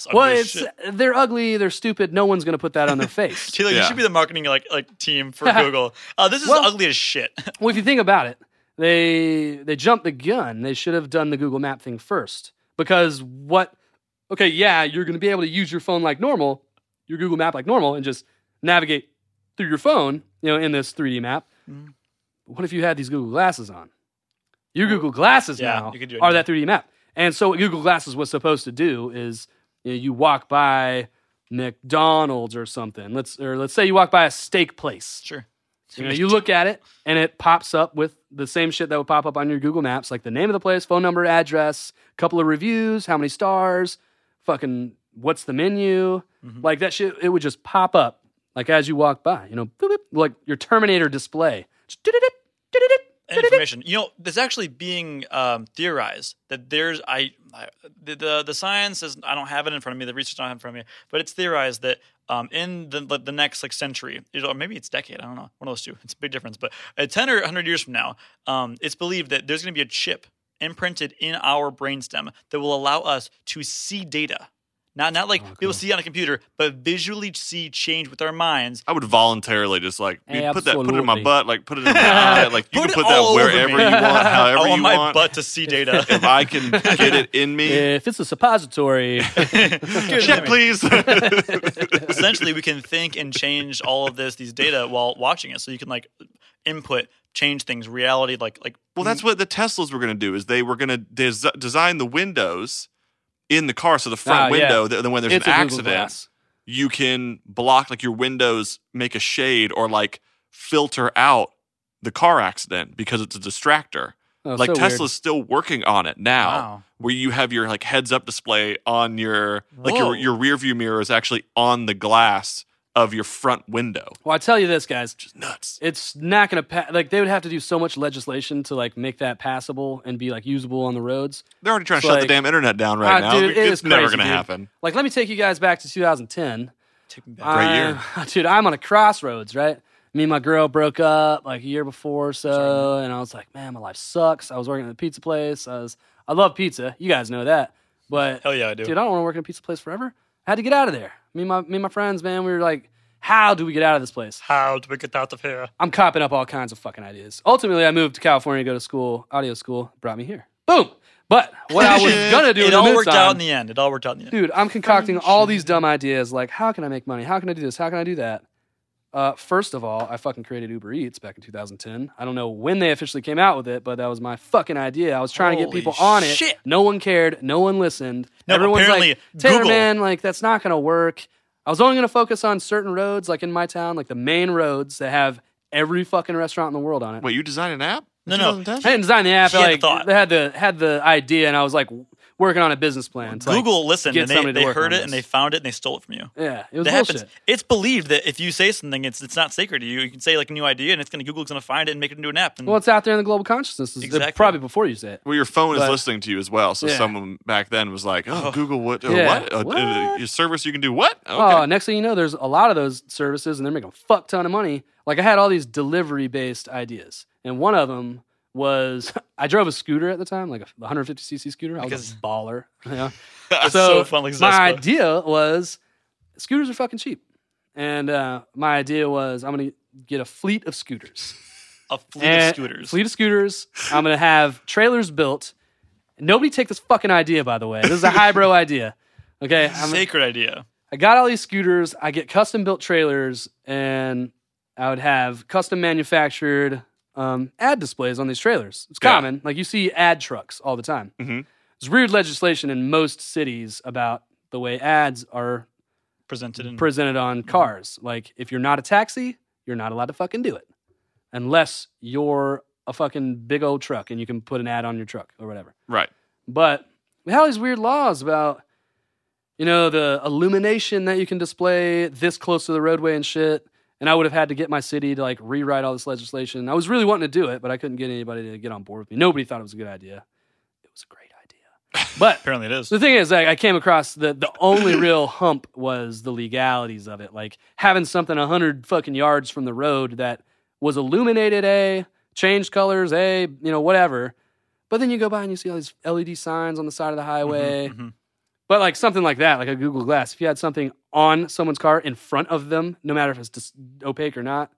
D: It's ugly
C: Well,
D: as
C: it's
D: shit.
C: they're ugly, they're stupid. No one's gonna put that on their face.
D: Taylor, you
B: Yeah.
D: should be the marketing like like team for Google. Uh, this is
C: Well-
D: ugly as shit.
C: Well, if you think about it, they they jumped the gun. They should have done the Google Map thing first because what? Okay, yeah, you're going to be able to use your phone like normal, your Google Map like normal, and just navigate through your phone, you know, in this 3D map.
D: Mhm.
C: What if you had these Google glasses on? Your Google glasses
D: Yeah,
C: now
D: you could do it
C: are
D: now.
C: that 3D map. And so what Google glasses was supposed to do is you, know, you walk by McDonald's or something. Let's or let's say you walk by a steak place.
D: sure.
C: You know, you look at it and it pops up with the same shit that would pop up on your Google Maps, like the name of the place, phone number, address, couple of reviews, how many stars, fucking what's the menu,
B: Mm-hmm.
D: Mhm.
C: like that shit. It would just pop up like as you walk by, you know, boop, boop, like your Terminator display. Just do-do-do, do-do-do.
D: information. You know, it's actually being um, theorized that there's I, I the, the the science is I don't have it in front of me. The research I don't have in front of me, but it's theorized that um, in the the- the next like century, you know, or maybe it's decade. I don't know. One of those two. It's a big difference. But uh, ten or hundred years from now, um, it's believed that there's going to be a chip imprinted in our brainstem that will allow us to see data. Not, not like
C: Oh,
D: people
C: cool.
D: see on a computer, but visually see change with our minds.
B: I would voluntarily just like you put that, put it in my
C: Absolutely.
B: butt, like put it in my eye, like you can
D: Put it
B: put that
D: all over
B: wherever
D: me.
B: you want,
D: I
B: however
D: want
B: you
D: my
B: want.
D: butt to see data.
B: If I can get it in me,
C: If it's a suppository,
D: Good
B: check
D: memory.
B: please.
D: essentially we can think and change all of this these data while watching it so you can like input change things reality like like
B: Well,
C: Mm-hmm.
B: that's what the Teslas were going to do. Is they were going to des- design the windows in the car, so the front
C: Ah, yeah.
B: window. That, then when there's
C: it's
B: an
C: a Google
B: accident,
C: Glass.
B: you can block like your windows, make a shade, or like filter out the car accident because it's a distractor.
C: Oh,
B: like
C: so weird.
B: Tesla's still working on it now, where you have your like heads up display on your like
D: Whoa.
B: your your rear view mirror is actually on the glass of your front window.
C: Well, I tell you this, guys,
B: Just nuts.
C: it's not going to pass. Like they would have to do so much legislation to like make that passable and be like usable on the roads.
B: They're already trying to
C: It's
B: shut the
C: like-
B: damn internet down right
C: Ah,
B: now.
C: dude, it
B: it's
C: is
B: never
C: crazy,
B: going to
C: dude.
B: happen.
C: Like, let me take you guys back to 2010.
D: Take me back.
B: Great
C: I-
B: year.
C: dude. I'm on a crossroads, right? Me and my girl broke up like a year before, or so and I was like, man, my life sucks. I was working at a pizza place. I was, I love pizza. You guys know that, but
D: Hell yeah, I do.
C: dude, I don't want to work in a pizza place forever. I had to get out of there. Me and my me and my friends, man, we were like, how do we get out of this place?
D: How do we get out of here?
C: I'm copping up all kinds of fucking ideas. Ultimately, I moved to California to go to school, audio school, brought me here. Boom. But what I was gonna do, in
D: It
C: the
D: all worked
C: meantime-
D: out in the end. It all worked out in the end.
C: dude i'm concocting all these dumb ideas like how can i make money how can i do this how can i do that uh, first of all i fucking created uber eats back in 2010 i don't know when they officially came out with it but that was my fucking idea i was trying to get
D: Holy
C: people on it
D: shit.
C: no one cared no one listened
D: No,
C: everyone's like
D: apparently
C: taylor
D: Google-
C: man like that's not gonna work i was only gonna focus on certain roads like in my town like the main roads that have every fucking restaurant in the world on it
B: Wait, you designed an app? in
D: No, no.
B: 2010?
C: i didn't design the app
D: He
C: I,
D: had the
C: like
D: thought.
C: they had the had the idea and i was like w- working on a business plan to, like,
D: Google listened
C: get
D: and they,
C: somebody to
D: they
C: work
D: heard
C: on
D: it and
C: this.
D: they found it and they stole it from you.
C: yeah it was
D: That
C: bullshit.
D: happens. It's believed that if you say something, it's it's not sacred to you. You can say like a new idea and it's gonna Google's gonna find it and make it into an app. And
C: Well, it's out there in the global consciousness. It's
D: Exactly.
C: Probably before you say it.
B: Well, your phone is
C: But-
B: listening to you as well. So
C: Yeah.
B: someone back then was like, "Oh,
D: Oh.
B: Google, what? Uh,
C: Yeah.
B: What? Uh,
C: What?
B: uh, your service? You can do what? Okay.
C: Oh, next thing you know, there's a lot of those services, and they're making a fuck ton of money. Like I had all these delivery based ideas, and one of them was I drove a scooter at the time, like a 150cc scooter. I was
D: Because-
C: a baller. You know?
D: That's
C: so
D: so fun, like
C: my
D: Zespa.
C: idea was scooters are fucking cheap, and uh, my idea was I'm gonna get a fleet of scooters.
D: a fleet
C: And-
D: of scooters.
C: Eh, Fleet of scooters. I'm gonna have trailers built. Nobody take this fucking idea, by the way. This is a highbrow idea. Okay, I'm,
D: Sacred idea.
C: I got all these scooters. I get custom built trailers, and I would have custom manufactured um, ad displays on these trailers. It's
B: Yeah.
C: common. Like you see ad trucks all the time.
D: Mm-hmm.
B: Mhm.
C: There's weird legislation in most cities about the way ads are
D: Presented in
C: presented on cars. Like if you're not a taxi, you're not allowed to fucking do it, unless you're a fucking big old truck and you can put an ad on your truck or whatever.
B: Right.
C: But we had all these weird laws about, you know, the illumination that you can display this close to the roadway and shit. And I would have had to get my city to like rewrite all this legislation. I was really wanting to do it, but I couldn't get anybody to get on board with me. Nobody thought it was a good idea. It was a great idea. But
D: Apparently it is.
C: the thing is, like, I came across the the only real hump was the legalities of it, like having something hundred fucking yards from the road that was illuminated, a changed colors, a you know whatever. But then you go by and you see all these LED signs on the side of the highway.
D: Mhm.
C: But like something like that, like a Google Glass, if you had something on someone's car in front of them, no matter if it's dis- opaque or not,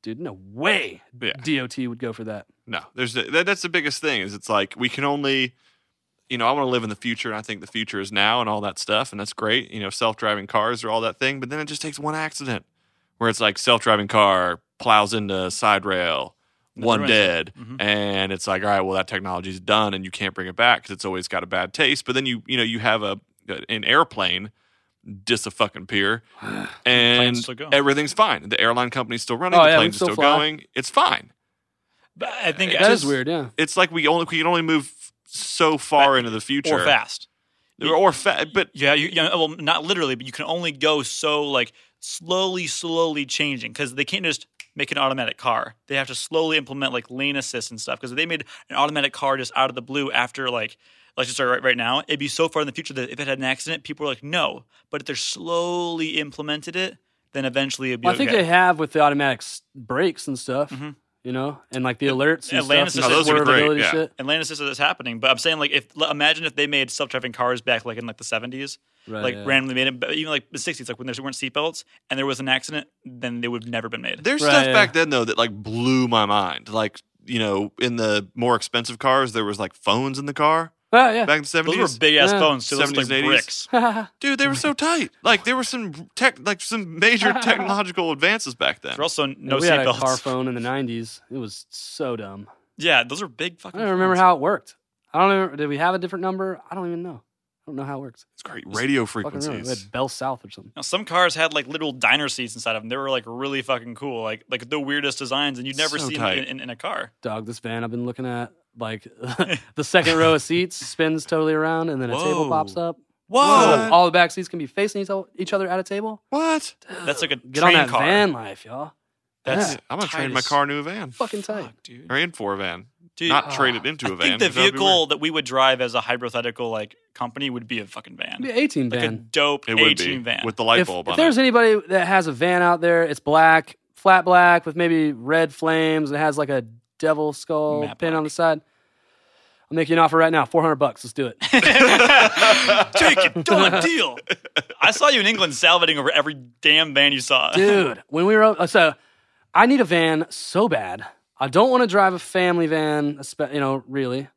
C: dude, no way
B: Yeah.
C: DOT would go for that.
B: No, there's that, that's the biggest thing is it's like we can only, you know, I want to live in the future and I think the future is now and all that stuff and that's great. You know, self driving cars are all that thing, but then it just takes one accident where it's like self driving car plows into side rail,
D: That's
B: one
D: right.
B: dead,
D: Mhm.
B: and it's like all right, well that technology's done and you can't bring it back because it's always got a bad taste. But then you you know you have a an airplane dis a fucking pier and
D: Planes still go.
B: everything's fine. The airline company's still running,
C: Oh,
B: the
C: yeah, we
B: plane's
C: still
B: still
C: fly.
B: going, it's fine
D: But I think
B: That
C: That
D: it's
C: is weird, yeah.
B: it's like we only we can only move so far into the future
D: or fast.
B: or, or fa- but
D: Yeah, you, you know, well, not literally, but you can only go so like slowly, slowly changing because they can't just make an automatic car. They have to slowly implement like lane assist and stuff because if they made an automatic car just out of the blue after like let's just start right, right now, it'd be so far in the future that if it had an accident, people are like no. But if they're slowly implemented it, then eventually it'd be.
C: Well, I think
D: okay.
C: they have with the automatic s- brakes and stuff,
D: Mhm.
C: you know, and like the alerts and
D: Atlantis
C: stuff. and
D: is- Oh, those would be
B: great,
C: swervability
B: yeah.
C: shit.
D: And lane assist is happening, but I'm saying like if l- imagine if they made self-driving cars back like in like the 70s,
C: Right,
D: like
C: Oh, yeah.
D: randomly made it, but even like the 60s, like when there weren't seatbelts and there was an accident, then they would have never been made.
B: there's
C: Right,
B: stuff
C: yeah.
B: back then though that like blew my mind like you know in the more expensive cars there was like phones in the car
C: Ah, yeah.
B: back in the 70s
D: Those were big ass
C: Yeah.
D: phones, so those looked
B: 70s,
D: like
B: 80s.
D: bricks.
B: dude they were so tight like there were some tech like some major technological advances back then
D: There were also no
C: Yeah, we had a car
D: seatbelts.
C: phone in the '90s. It was so dumb.
D: Yeah, those are big
C: I
D: fucking.
C: don't remember
D: phones.
C: how it worked. I don't. Remember, did we have a different number? I don't even know. I don't know how it works.
B: it's great radio
C: Fucking remember. We
B: frequencies
C: had Bell South or something.
D: Now, some cars had like little diner seats inside of them. They were like really fucking cool, like like the weirdest designs, and you'd never
B: So
D: see
B: tight.
D: in, in, in a car.
C: Dog, this van I've been looking at, like the second row of seats spins totally around, and then a table
D: Whoa.
C: pops up.
B: Whoa.
C: all the back seats can be facing each o- each other at a table.
B: What?
C: Oh.
D: That's like a
C: Get on
D: train
C: that
D: car.
C: van life, y'all.
D: That's
C: Yeah.
B: I'm gonna
D: tight
B: trade my
D: as
B: car into a van.
C: Fucking tight.
D: fuck, dude.
B: Or in for a van.
D: Dude,
B: Not
C: uh,
B: trade it into a
D: I
B: van.
D: think the
B: 'cause that would be
D: vehicle that we would drive as a hypothetical like company would be a fucking van,
C: It'd be an 18
D: like a
C: van.
D: dope
B: weird. it would be
D: eighteen van.
B: with the light
C: if,
B: bulb
C: if
B: on
C: there's
B: it.
C: anybody that has a van out there, it's black, flat black with maybe red flames. It has like a devil skull
D: Matte
C: pin
D: black.
C: on the side. I'll make you an offer right now. 400 bucks. Let's do it.
D: Take it, done deal. I saw you in England salivating over every damn van you saw.
C: Dude, when we were uh, so I need a van so bad. I don't want to drive a family van, espe- you know, really.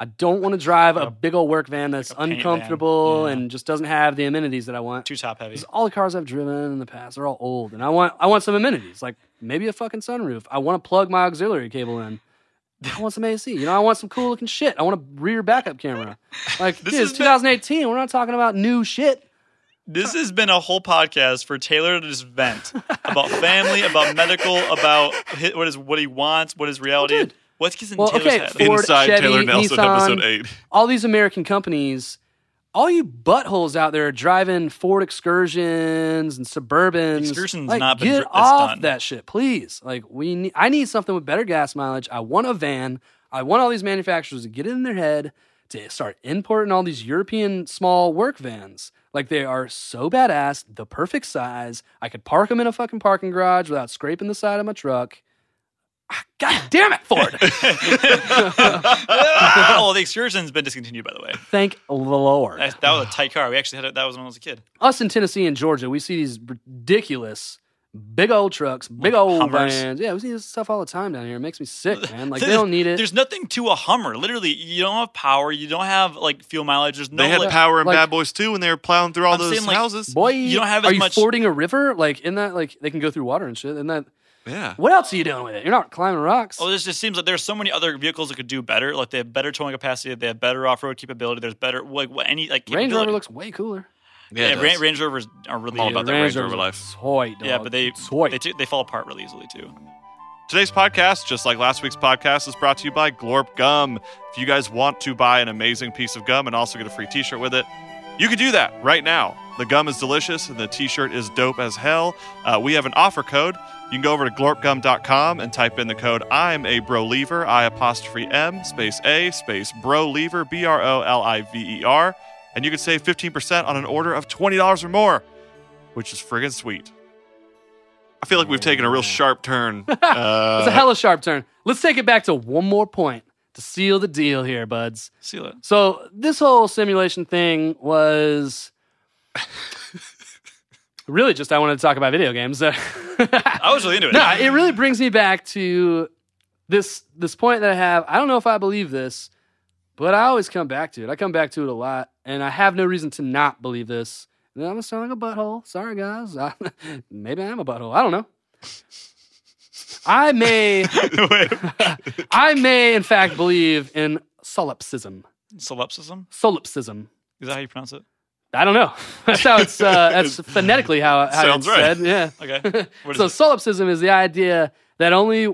C: I don't want to drive a big old work van that's
D: a paint van.
C: uncomfortable
D: Yeah.
C: and just doesn't have the amenities that I want.
D: Too top heavy.
C: 'Cause all the cars I've driven in the past are all old, and I want I want some amenities like maybe a fucking sunroof. I want to plug my auxiliary cable in. I want some AC. You know, I want some cool looking shit. I want a rear backup camera. Like
D: This
C: this is
D: is-
C: 2018. We're not talking about new shit.
D: This has been a whole podcast for Taylor to just vent about family, about medical, about hi- what is what he wants, what his reality
C: Well,
D: is,
C: dude.
D: what's his
C: Well,
D: Taylor's
C: okay,
D: head.
C: for- Ford,
B: Inside
C: Chevy,
B: Taylor Nelson,
C: Nissan.
B: episode eight.
C: all these American companies, all you buttholes out there driving Ford Excursions and Suburbans.
D: Excursion's
C: like,
D: not been
C: get
D: dri- it's
C: off
D: done.
C: that shit, please. Like we, need, I need something with better gas mileage. I want a van. I want all these manufacturers to get it in their head to start importing all these European small work vans. Like they are so badass, the perfect size. I could park them in a fucking parking garage without scraping the side of my truck. Ah, God damn it, Ford!
D: Ah, well, the excursion's been discontinued, by the way.
C: Thank the Lord.
D: That, that was a tight car. We actually had it. That was when I was a kid.
C: us in Tennessee and Georgia, we see these ridiculous big old trucks, big old
D: Hummers.
C: vans. Yeah, we see this stuff all the time down here. It makes me sick, man. Like they
D: There's-
C: don't need it.
D: There's nothing to a Hummer. Literally, you don't have power. You don't have like fuel mileage. There's no
B: They had
D: like,
B: power in
C: like-
B: Bad Boys too when they were plowing through all
D: I'm
B: those
D: saying, like,
B: houses.
C: Boy,
D: you don't have
C: are
D: as
C: you
D: much-
C: fording a river? Like in that, like they can go through water and shit. And that,
B: yeah.
C: what else are you doing with it? You're not climbing rocks.
D: Oh, this just seems like there's so many other vehicles that could do better. Like they have better towing capacity. They have better off road capability. There's better like what any like
C: Range Rover
D: capability.
C: looks way cooler.
B: it
D: Yeah,
B: does.
D: Ra- Range Rovers are really
B: I'm all about that Range Rover
C: Rover's
B: life.
C: Sweet, dog.
D: yeah, but they
C: Sweet.
D: they, t- they fall apart really easily too.
B: Today's podcast, just like last week's podcast, is brought to you by Glorp Gum. If you guys want to buy an amazing piece of gum and also get a free t shirt with it, you can do that right now. The gum is delicious and the t shirt is dope as hell. Uh, we have an offer code. You can go over to glorpgum.com and type in the code I'm a bro lever, I apostrophe M, space A, space bro lever, B R O L I V E R, and you can save 15% on an order of $20 or more, which is friggin' sweet. I feel like we've taken a real sharp turn. Uh,
C: it's a hella sharp turn. Let's take it back to one more point to seal the deal here, buds.
D: See that?
C: So this whole simulation thing was really just I wanted to talk about video games. no,
D: I was really into it.
C: it really brings me back to this this point that I have. I don't know if I believe this, but I always come back to it. I come back to it a lot, and I have no reason to not believe this. And I'm gonna sound like a butthole. Sorry, guys. I, maybe I am a butthole. I don't know. I may, I may, in fact, believe in solipsism
D: Solipsism
C: solipsism.
D: is that how you pronounce it?
C: I don't know. That's how it's. Uh, that's phonetically how, how
B: Sounds
C: it's
B: right.
C: said. Yeah.
D: Okay. What is
C: So
D: it?
C: solipsism is the idea that only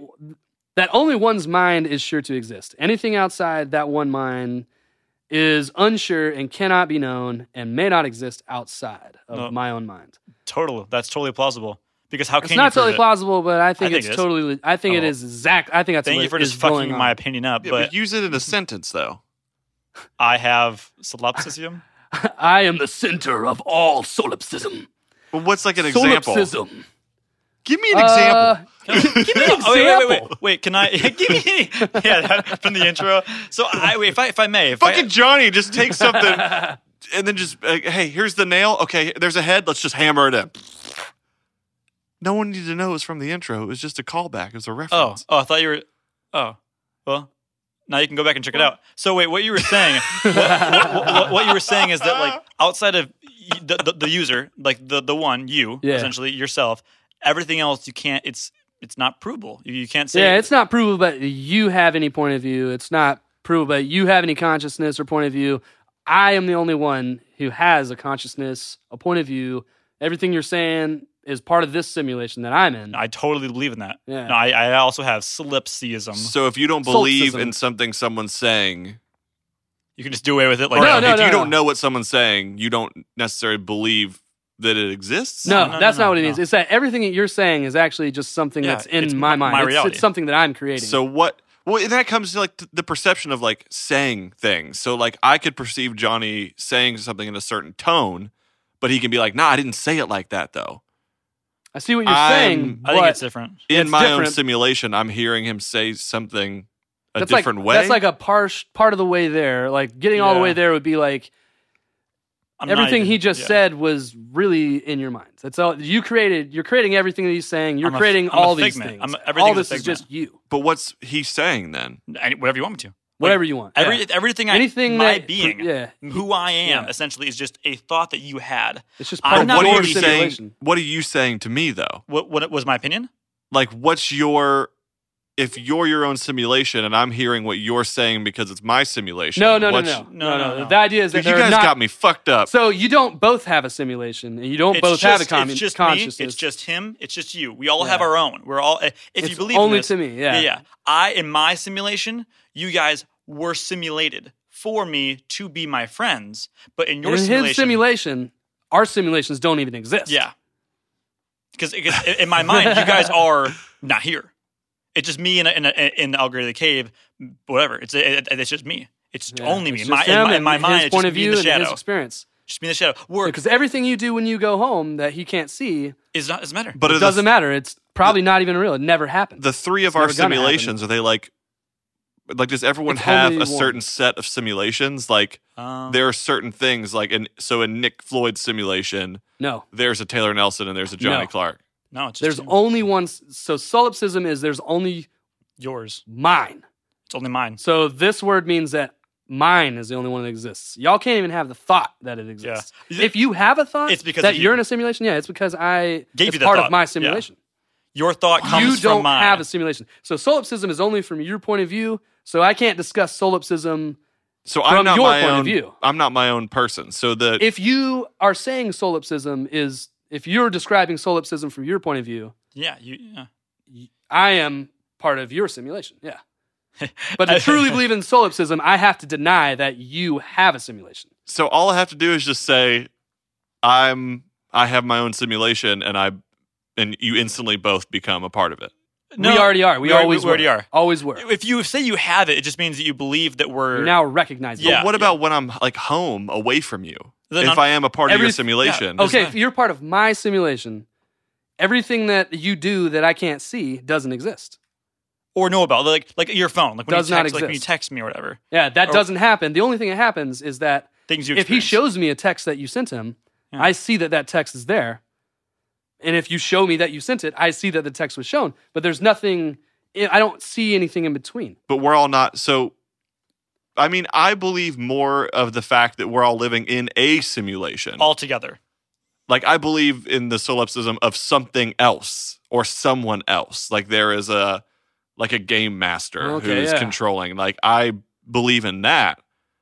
C: that only one's mind is sure to exist. Anything outside that one mind is unsure and cannot be known and may not exist outside of
D: No.
C: my own mind.
D: Total. That's totally plausible. Because how
C: It's
D: can you
C: not
D: prove
C: totally
D: it?
C: plausible, but I think
D: think
C: it's
D: it is.
C: totally. le- I think it
D: Oh.
C: is exact. I think that's.
D: Thank
C: what
D: you for
C: is
D: just
C: going
D: fucking
C: on.
D: my opinion up,
B: Yeah,
D: but
B: but use it in a sentence though.
D: I have solipsism.
C: I am the center of all solipsism.
B: But what's like an example?
C: Solipsism.
B: Give
C: Uh,
B: me an example.
C: give me an example.
D: Oh, wait, wait, wait, wait, wait! Can I give me? Yeah, that, from the intro. So, I, wait, if I, if I may, if
B: Fucking
D: I,
B: Johnny just takes something and then just uh, hey, here's the nail. Okay, there's a head. Let's just hammer it in. No one needed to know it was from the intro. It was just a callback. It was a
D: oh,
B: reference.
D: oh, I thought you were. Oh, well, now you can go back and check it out. So, wait, what you were saying? what, what, what- what you were saying is that like outside of y- the, the, the user, like the the one you,
C: Yeah.
D: essentially yourself, everything else you can't. It's it's not provable. You, you can't say.
C: Yeah, it's not provable that you have any point of view. It's not provable that you have any consciousness or point of view. I am the only one who has a consciousness, a point of view. Everything you're saying is part of this simulation that I'm in.
D: I totally believe in that.
C: Yeah.
D: No, I, I also have solipsism.
B: So if you don't believe
C: Solipsism.
B: in something someone's saying,
D: You can just do away with it. Like
B: Or
C: No,
B: if
C: no,
B: you
C: no.
B: don't know what someone's saying, you don't necessarily believe that it exists.
C: No,
D: No, no,
C: that's
D: no,
C: not what it
D: no.
C: means. It's that everything that you're saying is actually just something
D: Yeah,
C: that's in
D: it's
C: my
D: my-
C: mind.
D: my
C: It's- it's,
D: reality.
C: something that I'm creating.
B: So what? Well, and that comes to like th- the perception of like saying things. So like I could perceive Johnny saying something in a certain tone, but he can be like, "Nah, I didn't say it like that though."
C: I see what you're
B: I'm-
C: saying.
D: I think
C: but
D: it's different.
B: In
C: It's
B: my own
C: different.
B: simulation, I'm hearing him say something a
C: that's
B: different
C: like,
B: way.
C: That's like a part part of the way there. Like getting all the
D: Yeah.
C: way there would be like
D: I'm not
C: everything
D: even-
C: he just
D: yeah.
C: said was really in your mind. That's all you created. You're creating everything that he's saying. You're
D: I'm a-
C: creating
D: I'm a
C: all these
D: figment.
C: things.
D: I'm a- everything's
C: all
D: a
C: this is
D: figment.
C: just you.
B: but what's he saying then?
D: Any- whatever you want me to.
C: Whatever you want.
D: Every
C: yeah.
D: everything, I,
C: anything
D: my
C: that,
D: being,
C: Yeah,
D: who I am,
C: Yeah.
D: essentially, is just a thought that you had.
C: it's just part
D: I'm not
C: of
B: what
C: your
B: are
D: really
B: you
C: simulation.
B: saying? What are you saying to me though?
D: What what was my opinion?
B: like what's your if you're your own simulation and I'm hearing what you're saying because it's my simulation.
C: No, no, no,
B: what's-
C: no,
D: no, no, no.
C: The idea is that
B: Dude, you
C: they're
B: guys
C: not-
B: got me fucked up.
C: So you don't both have a simulation, and you don't
D: It's
C: both
D: just,
C: have a commun-
D: it's just
C: consciousness.
D: me. It's just him. It's just you. We all
C: Yeah.
D: have our own. We're all. eh, If
C: It's
D: you believe in
C: only
D: this-
C: to me. Yeah.
D: yeah, yeah. I in my simulation, you guys were simulated for me to be my friends, but in
C: And
D: your
C: in
D: simulation,
C: his simulation, our simulations don't even exist.
D: yeah, because in my mind, you guys are not here. It's just me in a, in a, in the Algorithm Cave, whatever. It's it, it's just me. It's
C: Yeah.
D: only me.
C: It's
D: In my,
C: just
D: in
C: him
D: my, in
C: and
D: my
C: his
D: mind, it's
C: point
D: just
C: of
D: me
C: view
D: in the
C: and his
D: shadow.
C: experience.
D: Just me in the shadow. Work
C: Because everything you do when you go home that he can't see,
D: is not doesn't matter.
B: but
C: it
B: are
C: doesn't
B: the,
C: matter. It's probably not even real. It never happened.
B: the three of
C: It's
B: our
C: never gonna
B: simulations are they like like does everyone
C: It's Uh-huh.
B: have a
C: only one.
B: certain set of simulations? Like
D: um,
B: there are certain things like in so in Nick Floyd's simulation,
C: no.
B: there's a Taylor Nelson and there's a Johnny
C: No.
B: Clark.
D: no, it's just
C: There's
D: you.
C: only one. s- So solipsism is there's only
D: yours.
C: mine.
D: It's only mine.
C: So this word means that mine is the only one that exists. Y'all can't even have the thought that it exists.
D: Yeah.
C: If you have a thought
D: It's because
C: that
D: of
C: you're
D: you.
C: in a simulation, yeah, it's because I
D: Gave
C: it's
D: you the
C: part of
D: thought.
C: my
D: Yeah.
C: simulation.
D: Your thought comes
C: You don't
D: from mine.
C: have a simulation. So solipsism is only from your point of view. So I can't discuss solipsism.
B: So
C: From
B: I'm not
C: your
B: my
C: point of
B: own
C: view.
B: I'm not my own person. So the
C: If you are saying solipsism is if you're describing solipsism from your point of view,
D: yeah, you. Yeah.
C: I am part of your simulation. Yeah. But to truly believe in solipsism, I have to deny that you have a simulation.
B: so all I have to do is just say, I'm I have my own simulation, and I and you instantly both become a part of it.
C: we already are. We,
D: we already-
C: always
D: we already
C: were.
D: are.
C: Always were.
D: If you say you have it, it just means that you believe that we're
C: You're now recognizing.
D: Yeah.
B: but what about when I'm like home, away from you?
D: Then
B: if
D: I'm-
B: I am a part of
D: every-
B: your simulation,
C: Okay,
D: There's
C: if you're part of my simulation, everything that you do that I can't see doesn't exist.
D: or know about like like your phone, like when
C: Does
D: you
C: not
D: text, like when you
C: exist.
D: text me or whatever.
C: Yeah, that
D: Or-
C: doesn't happen. The only thing that happens is that
D: Things you
C: if he
D: experience.
C: shows me a text that you sent him,
D: Yeah.
C: I see that that text is there. And if you show me that you sent it, I see that the text was shown. But there's nothing, I don't see anything in between.
B: but we're all not. So, I mean, I believe more of the fact that we're all living in a simulation.
D: all together,
B: like I believe in the solipsism of something else or someone else. Like there is a like a game master
C: Okay,
B: who's
C: yeah.
B: controlling. Like I believe in that.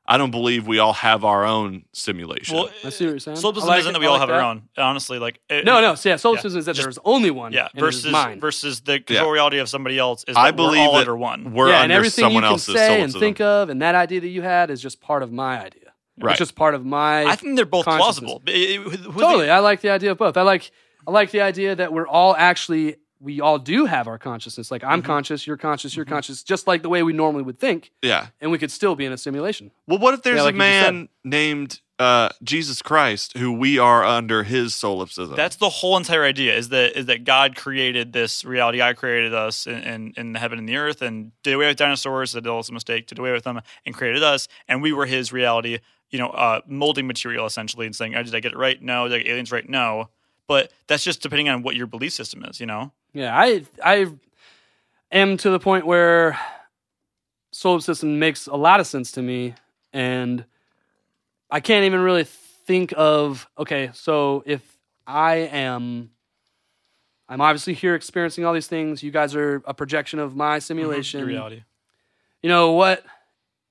B: I don't believe we all have our own simulation.
D: well,
C: I see what you're saying.
D: solipsism
C: I like
D: isn't
C: it.
D: that we
C: I
D: all
C: like
D: have our
C: that.
D: own. Honestly, like it-
C: No, no. So yeah, solipsism is that
D: Just-
C: there's only one.
D: yeah.
C: and it is
D: Versus
C: mine.
D: versus the control reality of somebody else is
B: I
D: that we're
B: believe
D: all
B: that
D: under one.
B: We're
C: yeah, and
B: under
C: everything
B: someone
C: you can
B: else's
C: say and
B: solipsism.
C: think of, and that idea that you had is just part of my idea.
B: Right.
C: It's just part of my.
D: I think they're both
C: consciousness.
D: plausible. It- it- who- who
C: totally,
D: the-
C: I like the idea of both. I like, I like the idea that we're all actually, we all do have our consciousness. Like I'm conscious, you're conscious, you're conscious, just like the way we normally would think,
B: yeah.
C: and we could still be in a simulation.
B: Well, what if there's
C: Yeah, like
B: a
C: you just said.
B: man named uh, Jesus Christ who we are under his solipsism?
D: That's the whole entire idea is that is that God created this reality. God created us in, in, in the heaven and the earth and did away with dinosaurs, that was a mistake, did away with them and created us, and we were his reality, you know, uh, molding material essentially and saying, oh, did I get it right? No, did I get aliens right? No. But that's just depending on what your belief system is, you know?
C: Yeah, I, I am to the point where solipsism makes a lot of sense to me, and I can't even really think of okay. So if I am, I'm obviously here experiencing all these things. You guys are a projection of my simulation.
D: Mm-hmm. Your reality.
C: You know what?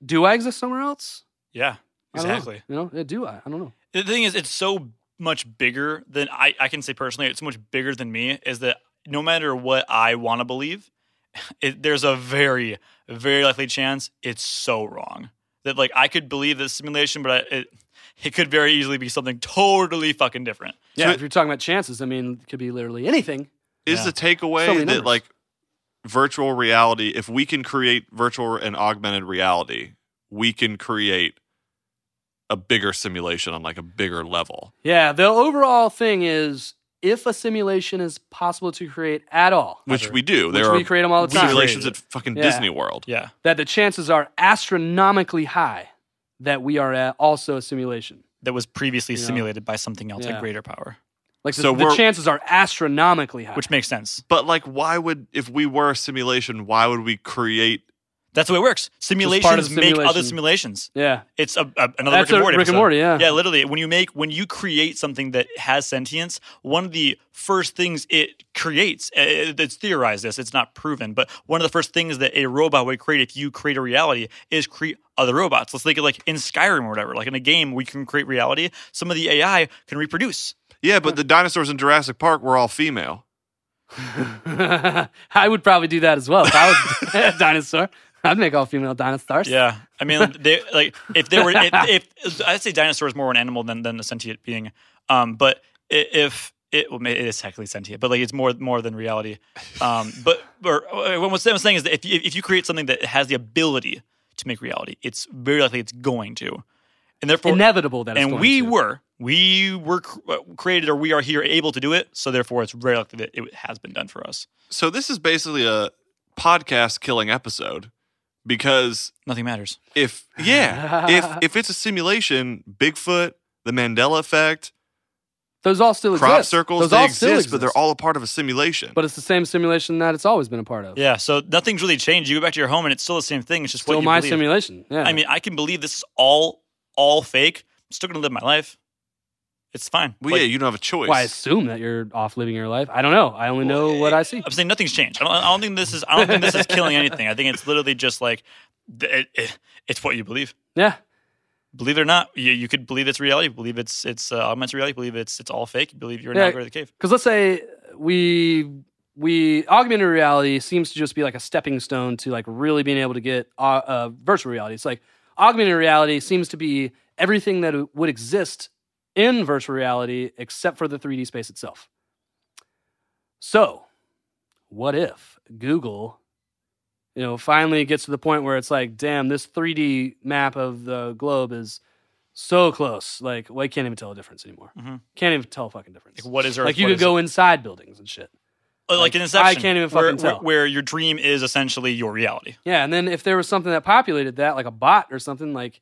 C: Do I exist somewhere else?
D: Yeah.
C: I don't know.
D: Exactly.
C: You know, yeah, do I? I don't know.
D: The thing is it's so much bigger than I, I can say personally, it's so much bigger than me, is that no matter what I want to believe, it, there's a very, very likely chance it's so wrong. that like I could believe this simulation, but I, it it could very easily be something totally fucking different.
C: Yeah,
B: So-
C: if you're talking about chances, I mean, it could be literally anything.
B: Is
D: Yeah.
B: the
C: So
B: takeaway
C: many
B: that
C: numbers.
B: like virtual reality, if we can create virtual and augmented reality, we can create a bigger simulation on like a bigger level.
C: Yeah, the overall thing is if a simulation is possible to create at all,
B: Which
D: Ever.
B: we do.
C: which
B: there are
C: we create them all the time,
B: simulations
D: Create
B: at fucking
C: Yeah.
B: Disney World.
D: Yeah,
C: that the chances are astronomically high that we are at also a simulation.
D: that was previously
C: Yeah.
D: simulated by something else, a
C: Yeah.
D: greater power,
C: Like the-
B: So
C: the,
B: we're-
C: chances are astronomically high.
D: which makes sense.
B: But like why would if we were a simulation, why would we create
D: That's the way it works.
C: of
D: Simulations
C: the
D: make other
C: simulation.
D: simulations.
C: yeah,
D: It's a, a- another
C: that's
D: Rick and
C: a
D: Morty.
C: Rick and
D: episode.
C: Morty. Yeah,
D: Yeah, literally. When you make when you create something that has sentience, one of the first things it creates, uh, it's theorized this, it's not proven, but one of the first things that a robot would create if you create a reality is create other robots. Let's think of like in Skyrim or whatever, like in a game we can create reality. Some of the AI can reproduce.
B: Yeah, but the dinosaurs in Jurassic Park were all female.
C: I would probably do that as well if I was a dinosaur. I'd make all female dinosaurs.
D: Yeah, I mean, they like if they were if, if I'd say dinosaur is more an animal than than a sentient being, um, but i- if it well, it is technically sentient, but like it's more more than reality. Um, but or uh, what I'm saying is that if you- if you create something that has the ability to make reality, it's very likely it's going to, and therefore,
C: inevitable that. it's
D: and
C: going
D: we
C: to.
D: were we were cr- uh, created or we are here able to do it, so therefore it's very likely that it has been done for us.
B: So this is basically a podcast killing episode because
D: Nothing matters.
B: if yeah if if it's a simulation bigfoot the mandela effect
C: those all still
B: crop
C: exist.
B: circles
C: Those
B: they
C: all
B: exist,
C: still
B: but they're all a part of a simulation
C: But it's the same simulation that it's always been a part of.
D: Yeah, so nothing's really changed. You go back to your home and it's still the same thing. It's just
C: Still
D: what you
C: my
D: believe.
C: simulation. Yeah.
D: I mean, I can believe this is all all fake. I'm still gonna live my life. It's fine.
B: well
D: Like,
B: yeah you don't have a choice
C: well, I assume that you're off living your life. I don't know. I only know what I see.
D: I'm saying nothing's changed. I don't, I don't think this is. I don't think this is killing anything. I think it's literally just like th- it, it, it's what you believe.
C: Yeah.
D: Believe it or not, you, you could believe it's reality. Believe it's it's uh, augmented reality. Believe it's it's all fake. Believe you're an
C: Yeah.
D: yeah. of the cave.
C: Because let's say we we augmented reality seems to just be like a stepping stone to like really being able to get uh, uh, virtual reality. It's like augmented reality seems to be everything that would exist in virtual reality except for the 3D space itself. So, what if Google, you know, finally gets to the point where it's like, damn, this 3D map of the globe is so close. Like, well, I can't even tell a difference anymore.
D: Mhm.
C: Can't even tell a fucking difference
D: Like what is Earth?
C: like you
D: What
C: could
D: is
C: go inside buildings and shit.
D: it? like,
C: like,
D: in Inception.
C: I can't even
D: where,
C: fucking
D: where,
C: tell.
D: where your dream is essentially your reality.
C: Yeah, and then if there was something that populated that, like a bot or something, like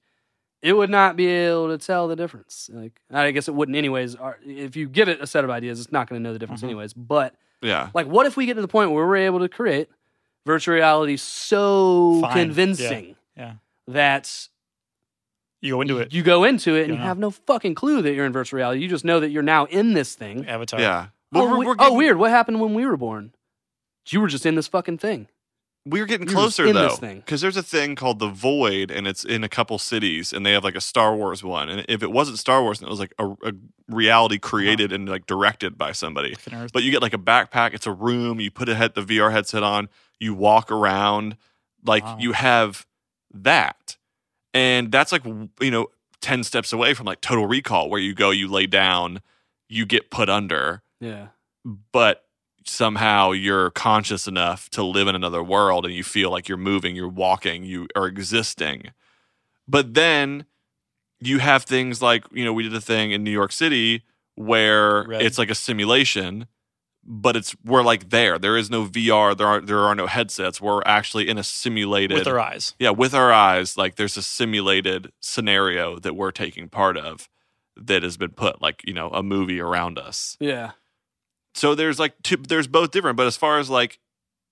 C: it would not be able to tell the difference. Like I guess it wouldn't, anyways. Or If you give it a set of ideas, it's not going to know the difference,
D: Mhm.
C: anyways. But
B: yeah
C: like, what if we get to the point where we're able to create virtual reality so
D: Fine.
C: convincing
D: Yeah.
C: that
D: You go into it.
C: you go into it and
D: You
C: you
D: know.
C: have no fucking clue that you're in virtual reality. You just know that you're now in this thing.
D: Avatar.
B: yeah
C: Oh,
B: well, we're,
C: we-
B: we're getting,
C: oh, weird! What happened when we were born? You were just in this fucking thing.
B: we're getting
C: You're just
B: closer
C: in
B: though
C: this thing.
B: because there's a thing called the void and it's in a couple cities and they have like a star wars one and if it wasn't star wars and it was like a, a reality
C: Uh-huh.
B: created and like directed by somebody
D: Fucking Earth.
B: but you get like a backpack it's a room you put a head the vr headset on you walk around like
D: Wow.
B: you have that and that's like w- you know 10 steps away from like total recall where you go you lay down you get put under
C: Yeah.
B: but somehow you're conscious enough to live in another world and you feel like you're moving you're walking you are existing but then you have things like you know we did a thing in new york city where
D: Red.
B: it's like a simulation but it's we're like there there is no vr there are there are no headsets we're actually in a simulated
D: with their eyes.
B: yeah with our eyes like there's a simulated scenario that we're taking part of that has been put like you know a movie around us
C: Yeah.
B: so there's like two, there's both different but as far as like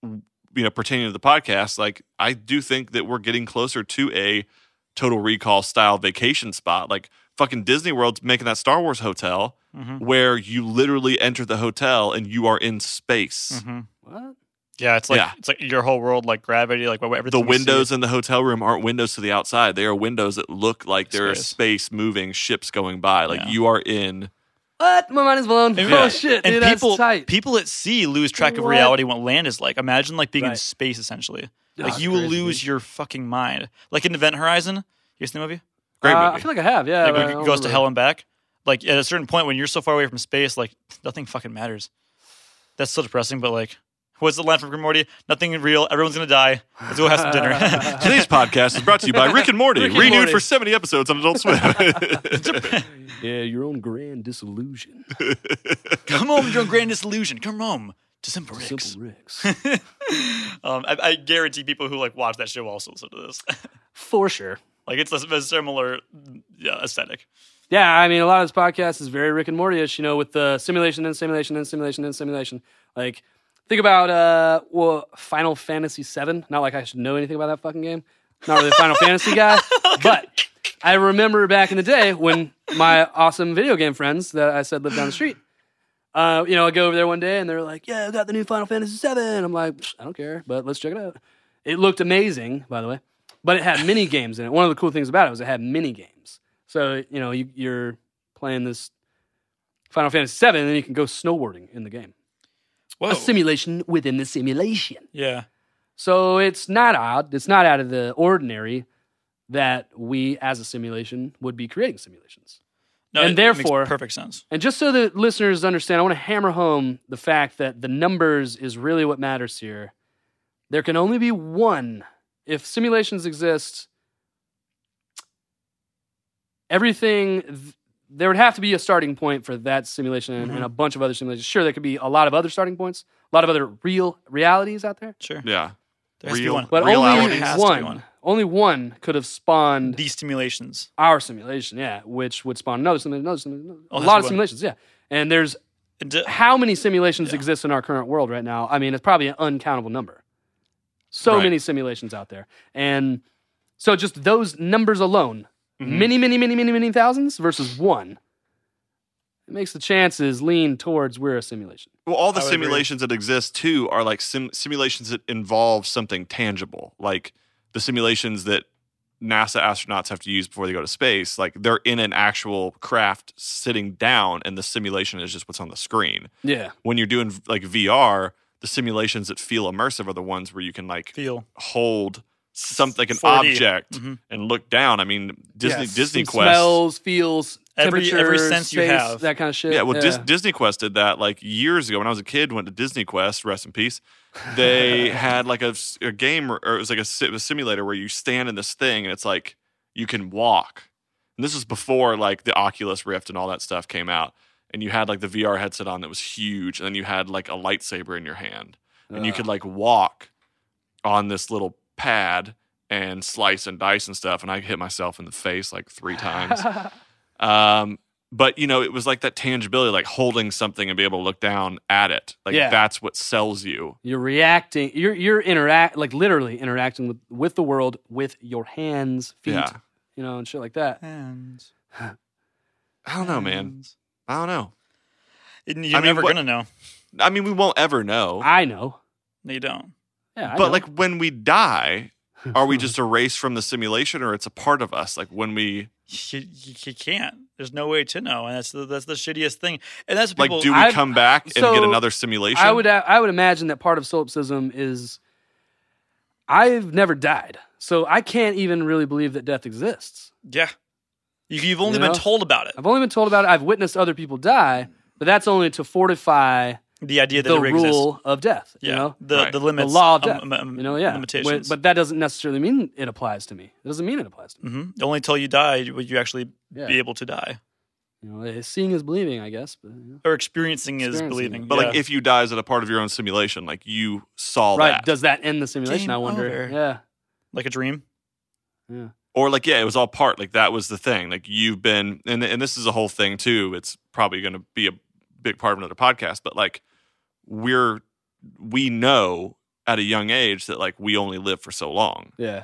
B: w- you know pertaining to the podcast like i do think that we're getting closer to a total recall style vacation spot like fucking disney world's making that star wars hotel
D: Mm-hmm.
B: where you literally enter the hotel and you are in space
D: Mm-hmm.
C: What?
D: Yeah, it's like
B: Yeah.
D: it's like your whole world, like gravity, like what everything.
B: the
D: we see.
B: windows in the hotel room aren't windows to the outside they are windows that look like there is
D: Space.
B: space moving ships going by like
D: Yeah.
B: you are in
C: What? My mind is blown.
D: And-
C: Oh shit,
D: And
C: dude,
D: people,
C: that's tight.
D: people at sea lose track of
C: What?
D: reality when land is like. Imagine like being in
C: Right.
D: space essentially.
C: Ah,
D: Like
C: crazy,
D: you will lose
C: dude.
D: your fucking mind. Like in Event Horizon, You seen the movie?
B: Great
C: Uh, I
B: movie.
C: feel like I have. Yeah, Oh,
D: like
C: but I
D: when
C: don't
D: he goes to
C: remember.
D: hell and back. Like at a certain point when you're so far away from space, like nothing fucking matters. That's so depressing, but like what's the line from Grim Morty? Nothing real, everyone's gonna die. Let's go have some dinner.
B: Today's podcast is brought to you by Rick and Morty,
C: Rick and
B: renewed
C: Morty.
B: for 70 episodes on Adult Swim.
C: Yeah, your own grand disillusion.
D: Come home, your grand disillusion. Come home to Simple Ricks.
C: Simple Ricks.
D: um, I, I guarantee people who like watch that show also listen to this.
C: For sure.
D: like it's a, a similar yeah, aesthetic.
C: Yeah, I mean, a lot of this podcast is very Rick and Morty-ish, you know, with the simulation and simulation and simulation and simulation. Like, think about uh, well, Final Fantasy VII. Not like I should know anything about that fucking game. Not really a Final Fantasy guy, but I remember back in the day when my awesome video game friends that I said lived down the street. Uh, you know, I go over there one day and they're like, "Yeah, I got the new Final Fantasy VII." I'm like, "Psh, "I don't care, but let's check it out." It looked amazing, by the way, but it had mini games in it. One of the cool things about it was it had mini games. So you know you, you're playing this Final Fantasy Seven, and then you can go snowboarding in the game.
D: Whoa.
C: A simulation within the simulation.
D: yeah.
C: So it's not odd. It's not out of the ordinary that we, as a simulation, would be creating simulations.
D: No,
C: And
D: it- it makes
C: therefore-
D: perfect sense.
C: And just so the listeners understand, I want to hammer home the fact that the numbers is really what matters here. There can only be one. If simulations exist, everything, th- there would have to be a starting point for that simulation and,
D: Mm-hmm.
C: and a bunch of other simulations. Sure, there could be a lot of other starting points, a lot of other real realities out there,
D: Sure.
B: yeah.
D: There has to be
B: Real-
D: one.
C: but
B: Reality
C: only
D: has to be
C: one,
D: one.
C: only one could have spawned
D: These stimulations.
C: our simulation, yeah, which would spawn another simulation, another simulation, another-
D: Oh,
C: a
D: that's
C: lot of
D: what-
C: simulations, yeah. And there's
D: And, uh,
C: how many simulations
D: Yeah.
C: exist in our current world right now? I mean, it's probably an uncountable number. So
B: Right.
C: many simulations out there. And so just those numbers alone,
D: Mm-hmm.
B: Mhm.
C: many, many, many, many, many thousands versus one, it makes the chances lean towards we're a simulation.
B: Well, all the
D: I would agree.
B: simulations that exist too are like sim- simulations that involve something tangible, like the simulations that NASA astronauts have to use before they go to space. Like they're in an actual craft sitting down, and the simulation is just what's on the screen.
C: Yeah.
B: When you're doing like VR, the simulations that feel immersive are the ones where you can like
D: feel.
B: hold something like an
D: 4D.
B: object
D: Mhm.
B: and look down. I mean, Disney
C: Yes.
B: Disney
C: Some
B: Quest.
C: Smells, feels,
D: Every- every
C: temperature,
D: sense you
C: space,
D: have.
C: That kind of shit.
B: Yeah, well, Dis- Disney Quest did that like years ago. When I was a kid, went to Disney Quest, rest in peace. They had like a, s- a game, or, or it was like a, si- a simulator where you stand in this thing and it's like you can walk. And this was before like the Oculus Rift and all that stuff came out. And you had like the VR headset on that was huge, and then you had like a lightsaber in your hand, and you
C: Ugh.
B: could like walk on this little pad and slice and dice and stuff. And I hit myself in the face like three times. Um, but you know, it was like that tangibility, like holding something and be able to look down at it. Like
C: Yeah.
B: that's what sells you.
C: you're reacting you're you're interact like literally interacting with with the world with your hands feet
B: Yeah.
C: you know and shit like that
D: And
B: I don't know, man. I don't know.
D: And you're
B: I mean,
D: never
B: what-
D: gonna know.
B: I mean, we won't ever know.
C: i know
D: No, you don't.
C: yeah I Hmm.
B: but
C: know.
B: like when we die, are we just erased from the simulation, or it's a part of us? Like when we
D: You, you, you can't. There's no way to know, and that's the, that's the shittiest thing. And that's what
B: like,
D: people.
B: do we
C: I've-
B: come back and
C: so,
B: get another simulation?
C: i would i would imagine that part of solipsism is i've never died so i can't even really believe that death exists
D: yeah, you, you've only
C: You
D: been
C: know?
D: told about it.
C: i've only been told about it i've witnessed other people die but that's only to fortify
D: The idea that
C: the
D: it
C: rule
D: exists.
C: of death
D: Yeah,
C: you know
D: the
B: Right.
D: the limits,
C: the law of
D: um,
C: death,
D: um, um,
C: you know, yeah. When-
D: limitations.
C: but that doesn't necessarily mean it applies to me. It doesn't mean it applies to me.
D: hmm only until you die would you actually
C: Yeah.
D: be able to die.
C: You know, eh, seeing is believing, I guess. But, you know.
D: Or experiencing,
C: Experiencing
D: is believing.
B: but like
D: Yeah.
B: if you die, is it a part of your own simulation? Like you saw
C: Right?
B: that,
C: Does that end the simulation?
D: Game
C: I wonder.
D: over.
C: Yeah.
D: like a dream.
B: or like yeah it was all part like that was the thing like you've been and and this is a whole thing too it's probably going to be a big part of another podcast but like we're we know at a young age that like we only live for so long
C: Yeah.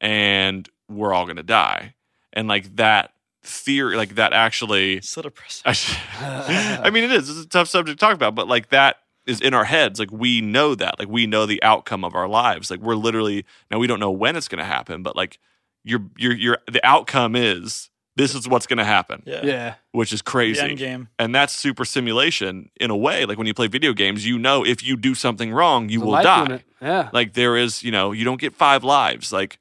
B: and we're all going to die and like that theory like that actually
D: It's so depressing.
B: I, sh- I mean, it is. It's a tough subject to talk about, but like that is in our heads. Like we know that. Like we know the outcome of our lives. Like we're literally now we don't know when it's going to happen, but like your your your the outcome is this is what's going to happen,
D: yeah.
C: Yeah.
B: which is
D: The
B: crazy.
D: end game.
B: And that's super simulation in a way. Like when you play video games, you know if you do something wrong, you
C: The
B: will
C: life
B: die.
C: limit. Yeah.
B: Like there is, you know, you don't get five lives. Like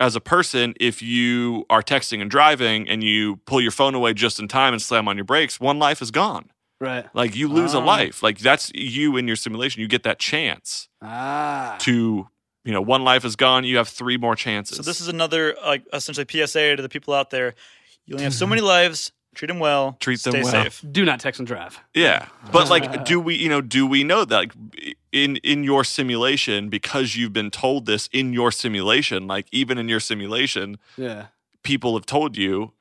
B: as a person, if you are texting and driving and you pull your phone away just in time and slam on your brakes, one life is gone.
C: Right.
B: Like you lose a
D: Ah.
B: life. Like that's you in your simulation. You get that chance
C: Ah.
B: to, you know, one life is gone. You have three more chances.
D: So this is another like essentially PSA to the people out there. You only have so many lives. Treat them well.
B: Treat them
D: stay
B: well.
D: safe.
C: Do not text and drive.
B: Yeah. But like do we you know do we know that like in in your simulation because you've been told this in your simulation like even in your simulation
C: Yeah.
B: people have told you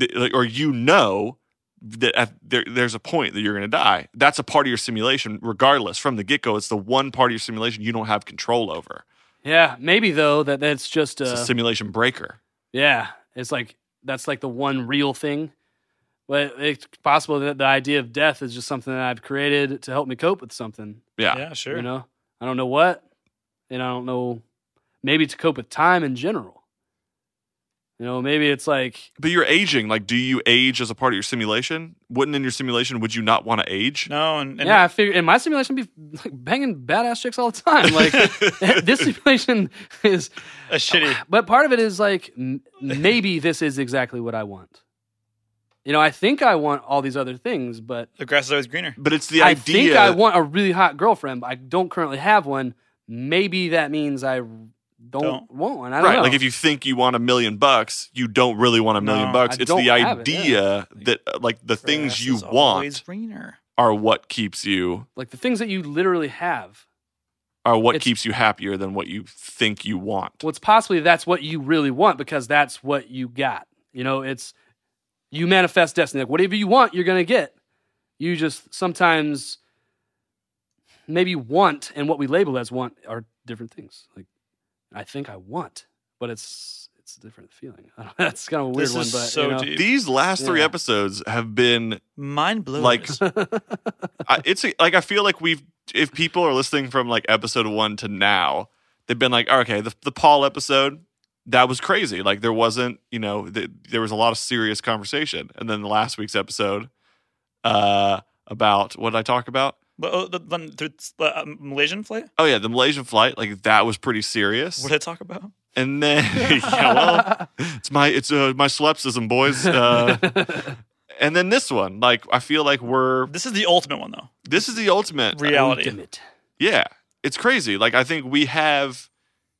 B: th- like, or you know that at, there, there's a point that you're going to die. That's a part of your simulation regardless from the get-go. It's the one part of your simulation you don't have control over.
C: Yeah. Maybe though that that's just
B: It's
C: uh,
B: a simulation breaker.
C: Yeah, it's like that's like the one real thing. But it's possible that the idea of death is just something that I've created to help me cope with something.
B: Yeah.
D: Yeah, sure.
C: You know, I don't know what, and I don't know maybe to cope with time in general. You know, maybe it's like
B: But you're aging. Like, do you age as a part of your simulation? Wouldn't in your simulation, would you not want to age?
D: No, and, and
C: yeah, I figure in my simulation I'd be like, banging badass chicks all the time. Like this simulation is,
D: a shitty.
C: but part of it is like m- maybe this is exactly what I want. You know, I think I want all these other things, but
D: The grass is always greener.
B: But it's the
C: I
B: idea.
C: think I want a really hot girlfriend, but I don't currently have one. Maybe that means I don't,
D: Don't.
C: want one. I don't
B: right.
C: know.
B: Like, if you think you want a million bucks, you don't really want a million
D: No,
B: bucks.
C: I
B: it's the
C: don't have it,
B: idea that, uh, like, the
D: Grass
B: things you
D: is always
B: want
D: greener.
B: are what keeps you,
C: like the things that you literally have.
B: are what
C: It's-
B: keeps you happier than what you think you want.
C: Well, it's possibly that's what you really want because that's what you got. You know, it's you manifest destiny. Like whatever you want, you're gonna get. You just sometimes maybe want and what we label as want are different things. Like I think I want, but it's it's a different feeling. That's kind of a weird
D: This
C: one,
D: is
C: but
D: so
C: you know.
D: deep.
B: These last three
C: Yeah.
B: episodes have been
D: Mind blowing.
B: Like- I, it's like I feel like we've if people are listening from like episode one to now, they've been like, okay, the, the Paul episode that was crazy. Like there wasn't, you know, th- there was a lot of serious conversation, and then the last week's episode uh, about what did I talk about?
D: but, oh, the, the, the, the uh, Malaysian flight.
B: Oh yeah, the Malaysian flight. Like that was pretty serious.
D: What did I talk about?
B: and then yeah, well, it's my it's uh, my solipsism, boys. Uh, and then this one, like I feel like we're
D: This is the ultimate one though.
B: this is the ultimate
D: Reality.
C: Ultimate.
B: Yeah, it's crazy. Like I think we have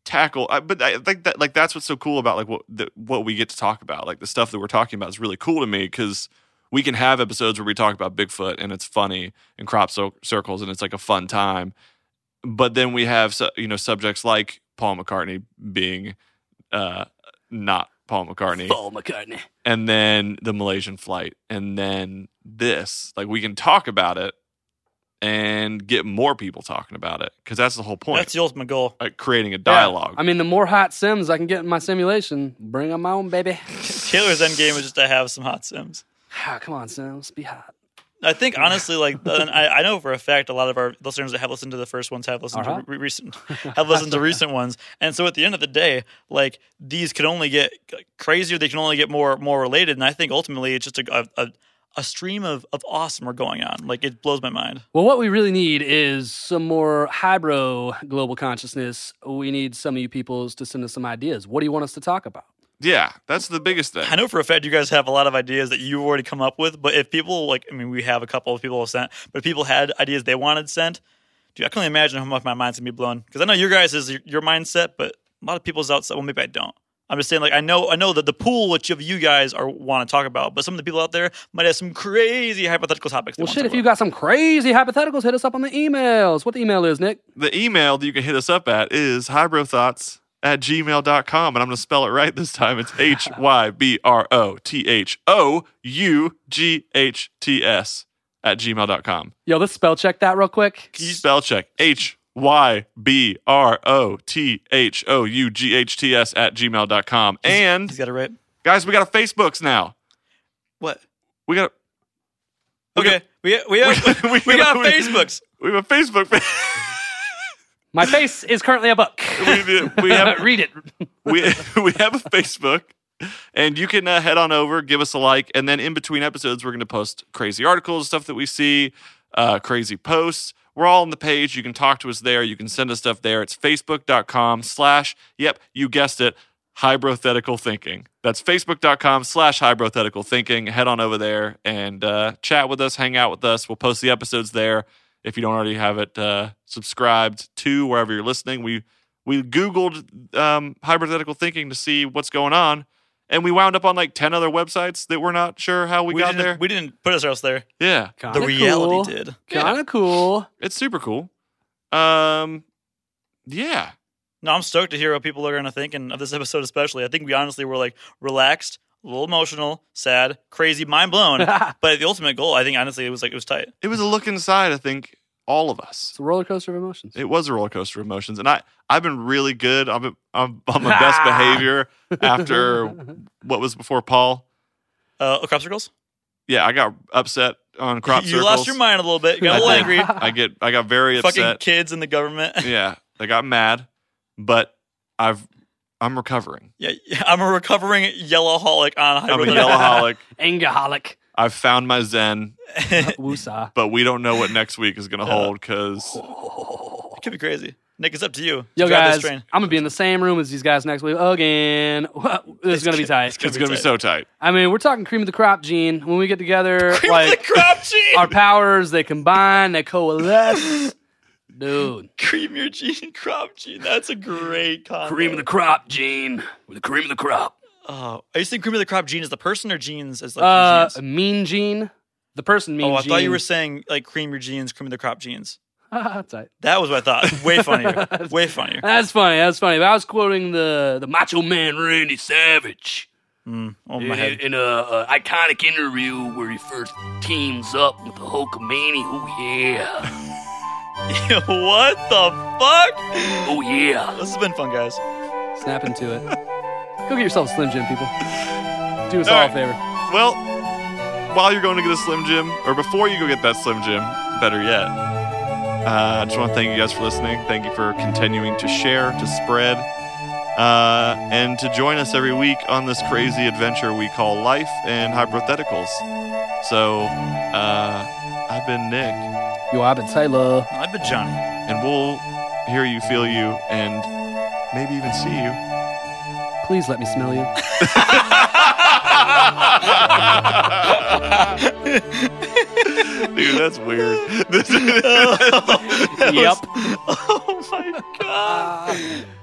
B: tackle, I, but I think that like that's what's so cool about like what the, what we get to talk about. Like the stuff that we're talking about is really cool to me because we can have episodes where we talk about Bigfoot and it's funny and crop cir- circles and it's like a fun time. But then we have su- you know subjects like Paul McCartney being uh, not Paul McCartney,
C: Paul McCartney.
B: and then the Malaysian flight, and then this. Like we can talk about it and get more people talking about it because that's the whole point.
D: That's the ultimate goal.
B: like creating a dialogue.
C: I mean, the more hot sims I can get in my simulation, bring 'em on, baby.
D: Taylor's end game is just to have some hot sims.
C: Ah, Come on, sims, be hot.
D: I think honestly, like and I, I know for a fact, a lot of our listeners that have listened to the first ones have listened
C: Uh-huh.
D: to re- recent have listened to recent ones, and so at the end of the day, like these could only get c- crazier. They can only get more more related, and I think ultimately it's just a a, a stream of of awesome are going on. Like it blows my mind.
C: Well, what we really need is some more highbrow global consciousness. We need some of you peoples to send us some ideas. What do you want us to talk about?
B: yeah, that's the biggest thing.
D: I know for a fact you guys have a lot of ideas that you've already come up with, but if people like, I mean, we have a couple of people have sent, but if people had ideas they wanted sent. Dude, I can only imagine how much my mind's gonna be blown because I know your guys is your, your mindset, but a lot of people's outside. Well, maybe I don't. I'm just saying, like, I know, I know that the pool which of you guys are want to talk about, but some of the people out there might have some crazy hypothetical topics. they
C: Well,
D: want
C: shit,
D: to
C: if
D: talk
C: you got some crazy hypotheticals, hit us up on the emails. What the email is, Nick?
B: the email that you can hit us up at is hybrowthoughts at gmail.com. And I'm going to spell it right this time. It's H Y B R O T H O U G H T S at gmail.com.
C: Yo, let's spell check that real quick.
D: You-
B: Spell check H Y B R O T H O U G H T S at gmail.com.
D: about. He's
B: And
D: got it right.
B: guys, we got a Facebooks now.
D: What?
B: We got We
D: Okay, we we have,
B: we-
D: we,
B: we-
D: got
B: we-
D: Facebooks.
B: we have a Facebook page.
C: My face is currently a book.
B: we, we have
C: Read it.
B: we we have a Facebook, and you can uh, head on over, give us a like, and then in between episodes, we're going to post crazy articles, stuff that we see, uh, crazy posts. We're all on the page. You can talk to us there. You can send us stuff there. It's facebook.com slash, yep, you guessed it, hypothetical thinking. That's facebook.com slash hypothetical thinking. Head on over there and uh, chat with us, hang out with us. We'll post the episodes there. If you don't already have it uh, subscribed to wherever you're listening, we we Googled um, hypothetical thinking to see what's going on, and we wound up on like ten other websites that we're not sure how we, got
D: didn't,
B: there.
D: We didn't put ourselves there.
B: yeah,
C: Kinda
D: The reality
C: cool.
D: did.
C: Kind of cool.
B: it's super cool. Um, yeah,
D: No, I'm stoked to hear what people are going to think, and of this episode especially. I think we honestly were like relaxed, a little emotional, sad, crazy, mind blown.
C: it's
D: but the ultimate goal, I think, honestly, it was like it was tight.
B: it was a look inside. I think all of us.
C: a roller coaster of emotions.
B: It was a roller coaster of emotions, and I I've been really good. I'm I'm on my best behavior after what was before Paul.
D: Uh, oh, crop circles.
B: Yeah, I got upset on crop
D: you
B: circles.
D: lost your mind a little bit. Got a little
B: I
D: angry.
B: I get I got very
D: Fucking
B: upset.
D: kids in the government.
B: yeah, I got mad, but I've I'm recovering.
D: Yeah, I'm a recovering yellowholic on
B: I'm a
D: hyper.
B: yellowholic.
C: Angaholic.
B: I've found my zen,
C: Woosa.
B: but we don't know what next week is going to
D: Yeah.
B: hold because
D: Oh, Could be crazy. Nick, it's up to you.
C: Yo,
D: Drive
C: guys,
D: this train.
C: I'm going to be in the same room as these guys next week again. This is going to be tight.
B: it's going to be
D: tight.
B: so tight.
C: I mean, we're talking cream of the crop, Gene. When we get together,
D: Cream of
C: like
D: the crop gene.
C: our powers, they combine, they coalesce. Dude.
D: cream your gene, crop gene. That's a great combo.
C: crop, Gene. We're the cream of the crop.
D: Oh, are you saying cream of the crop gene is the person or genes as like your
C: Uh,
D: genes?
C: mean Gene. The person mean
D: Oh, I
C: Gene. Ah,
D: thought you were saying like cream your genes, cream of the crop genes.
C: That's right.
D: That was what I thought. Way funnier. Way funnier.
C: That's funny. That's funny. But I was quoting the the Macho Man Randy Savage
D: Mm, oh
C: in,
D: my head.
C: in a, a iconic interview where he first teams up with the Hulkamania. Oh yeah.
D: what the fuck?
C: Oh yeah.
D: This has been fun, guys.
C: Snap into it. Go get yourself a Slim Jim, people. Do us
B: All
C: all,
B: right.
C: a favor.
B: Well, while you're going to get a Slim Jim, or before you go get that Slim Jim, better yet, uh, I just want to thank you guys for listening. Thank you for continuing to share, to spread, uh, and to join us every week on this crazy adventure we call life and hypotheticals. So, uh, I've been Nick,
C: Yo, I've been Taylor.
D: I've been Johnny.
B: and we'll hear you, feel you, and maybe even see you.
C: Please let me smell you.
B: Dude, that's weird.
D: yep.
C: Yep.
D: Oh my god.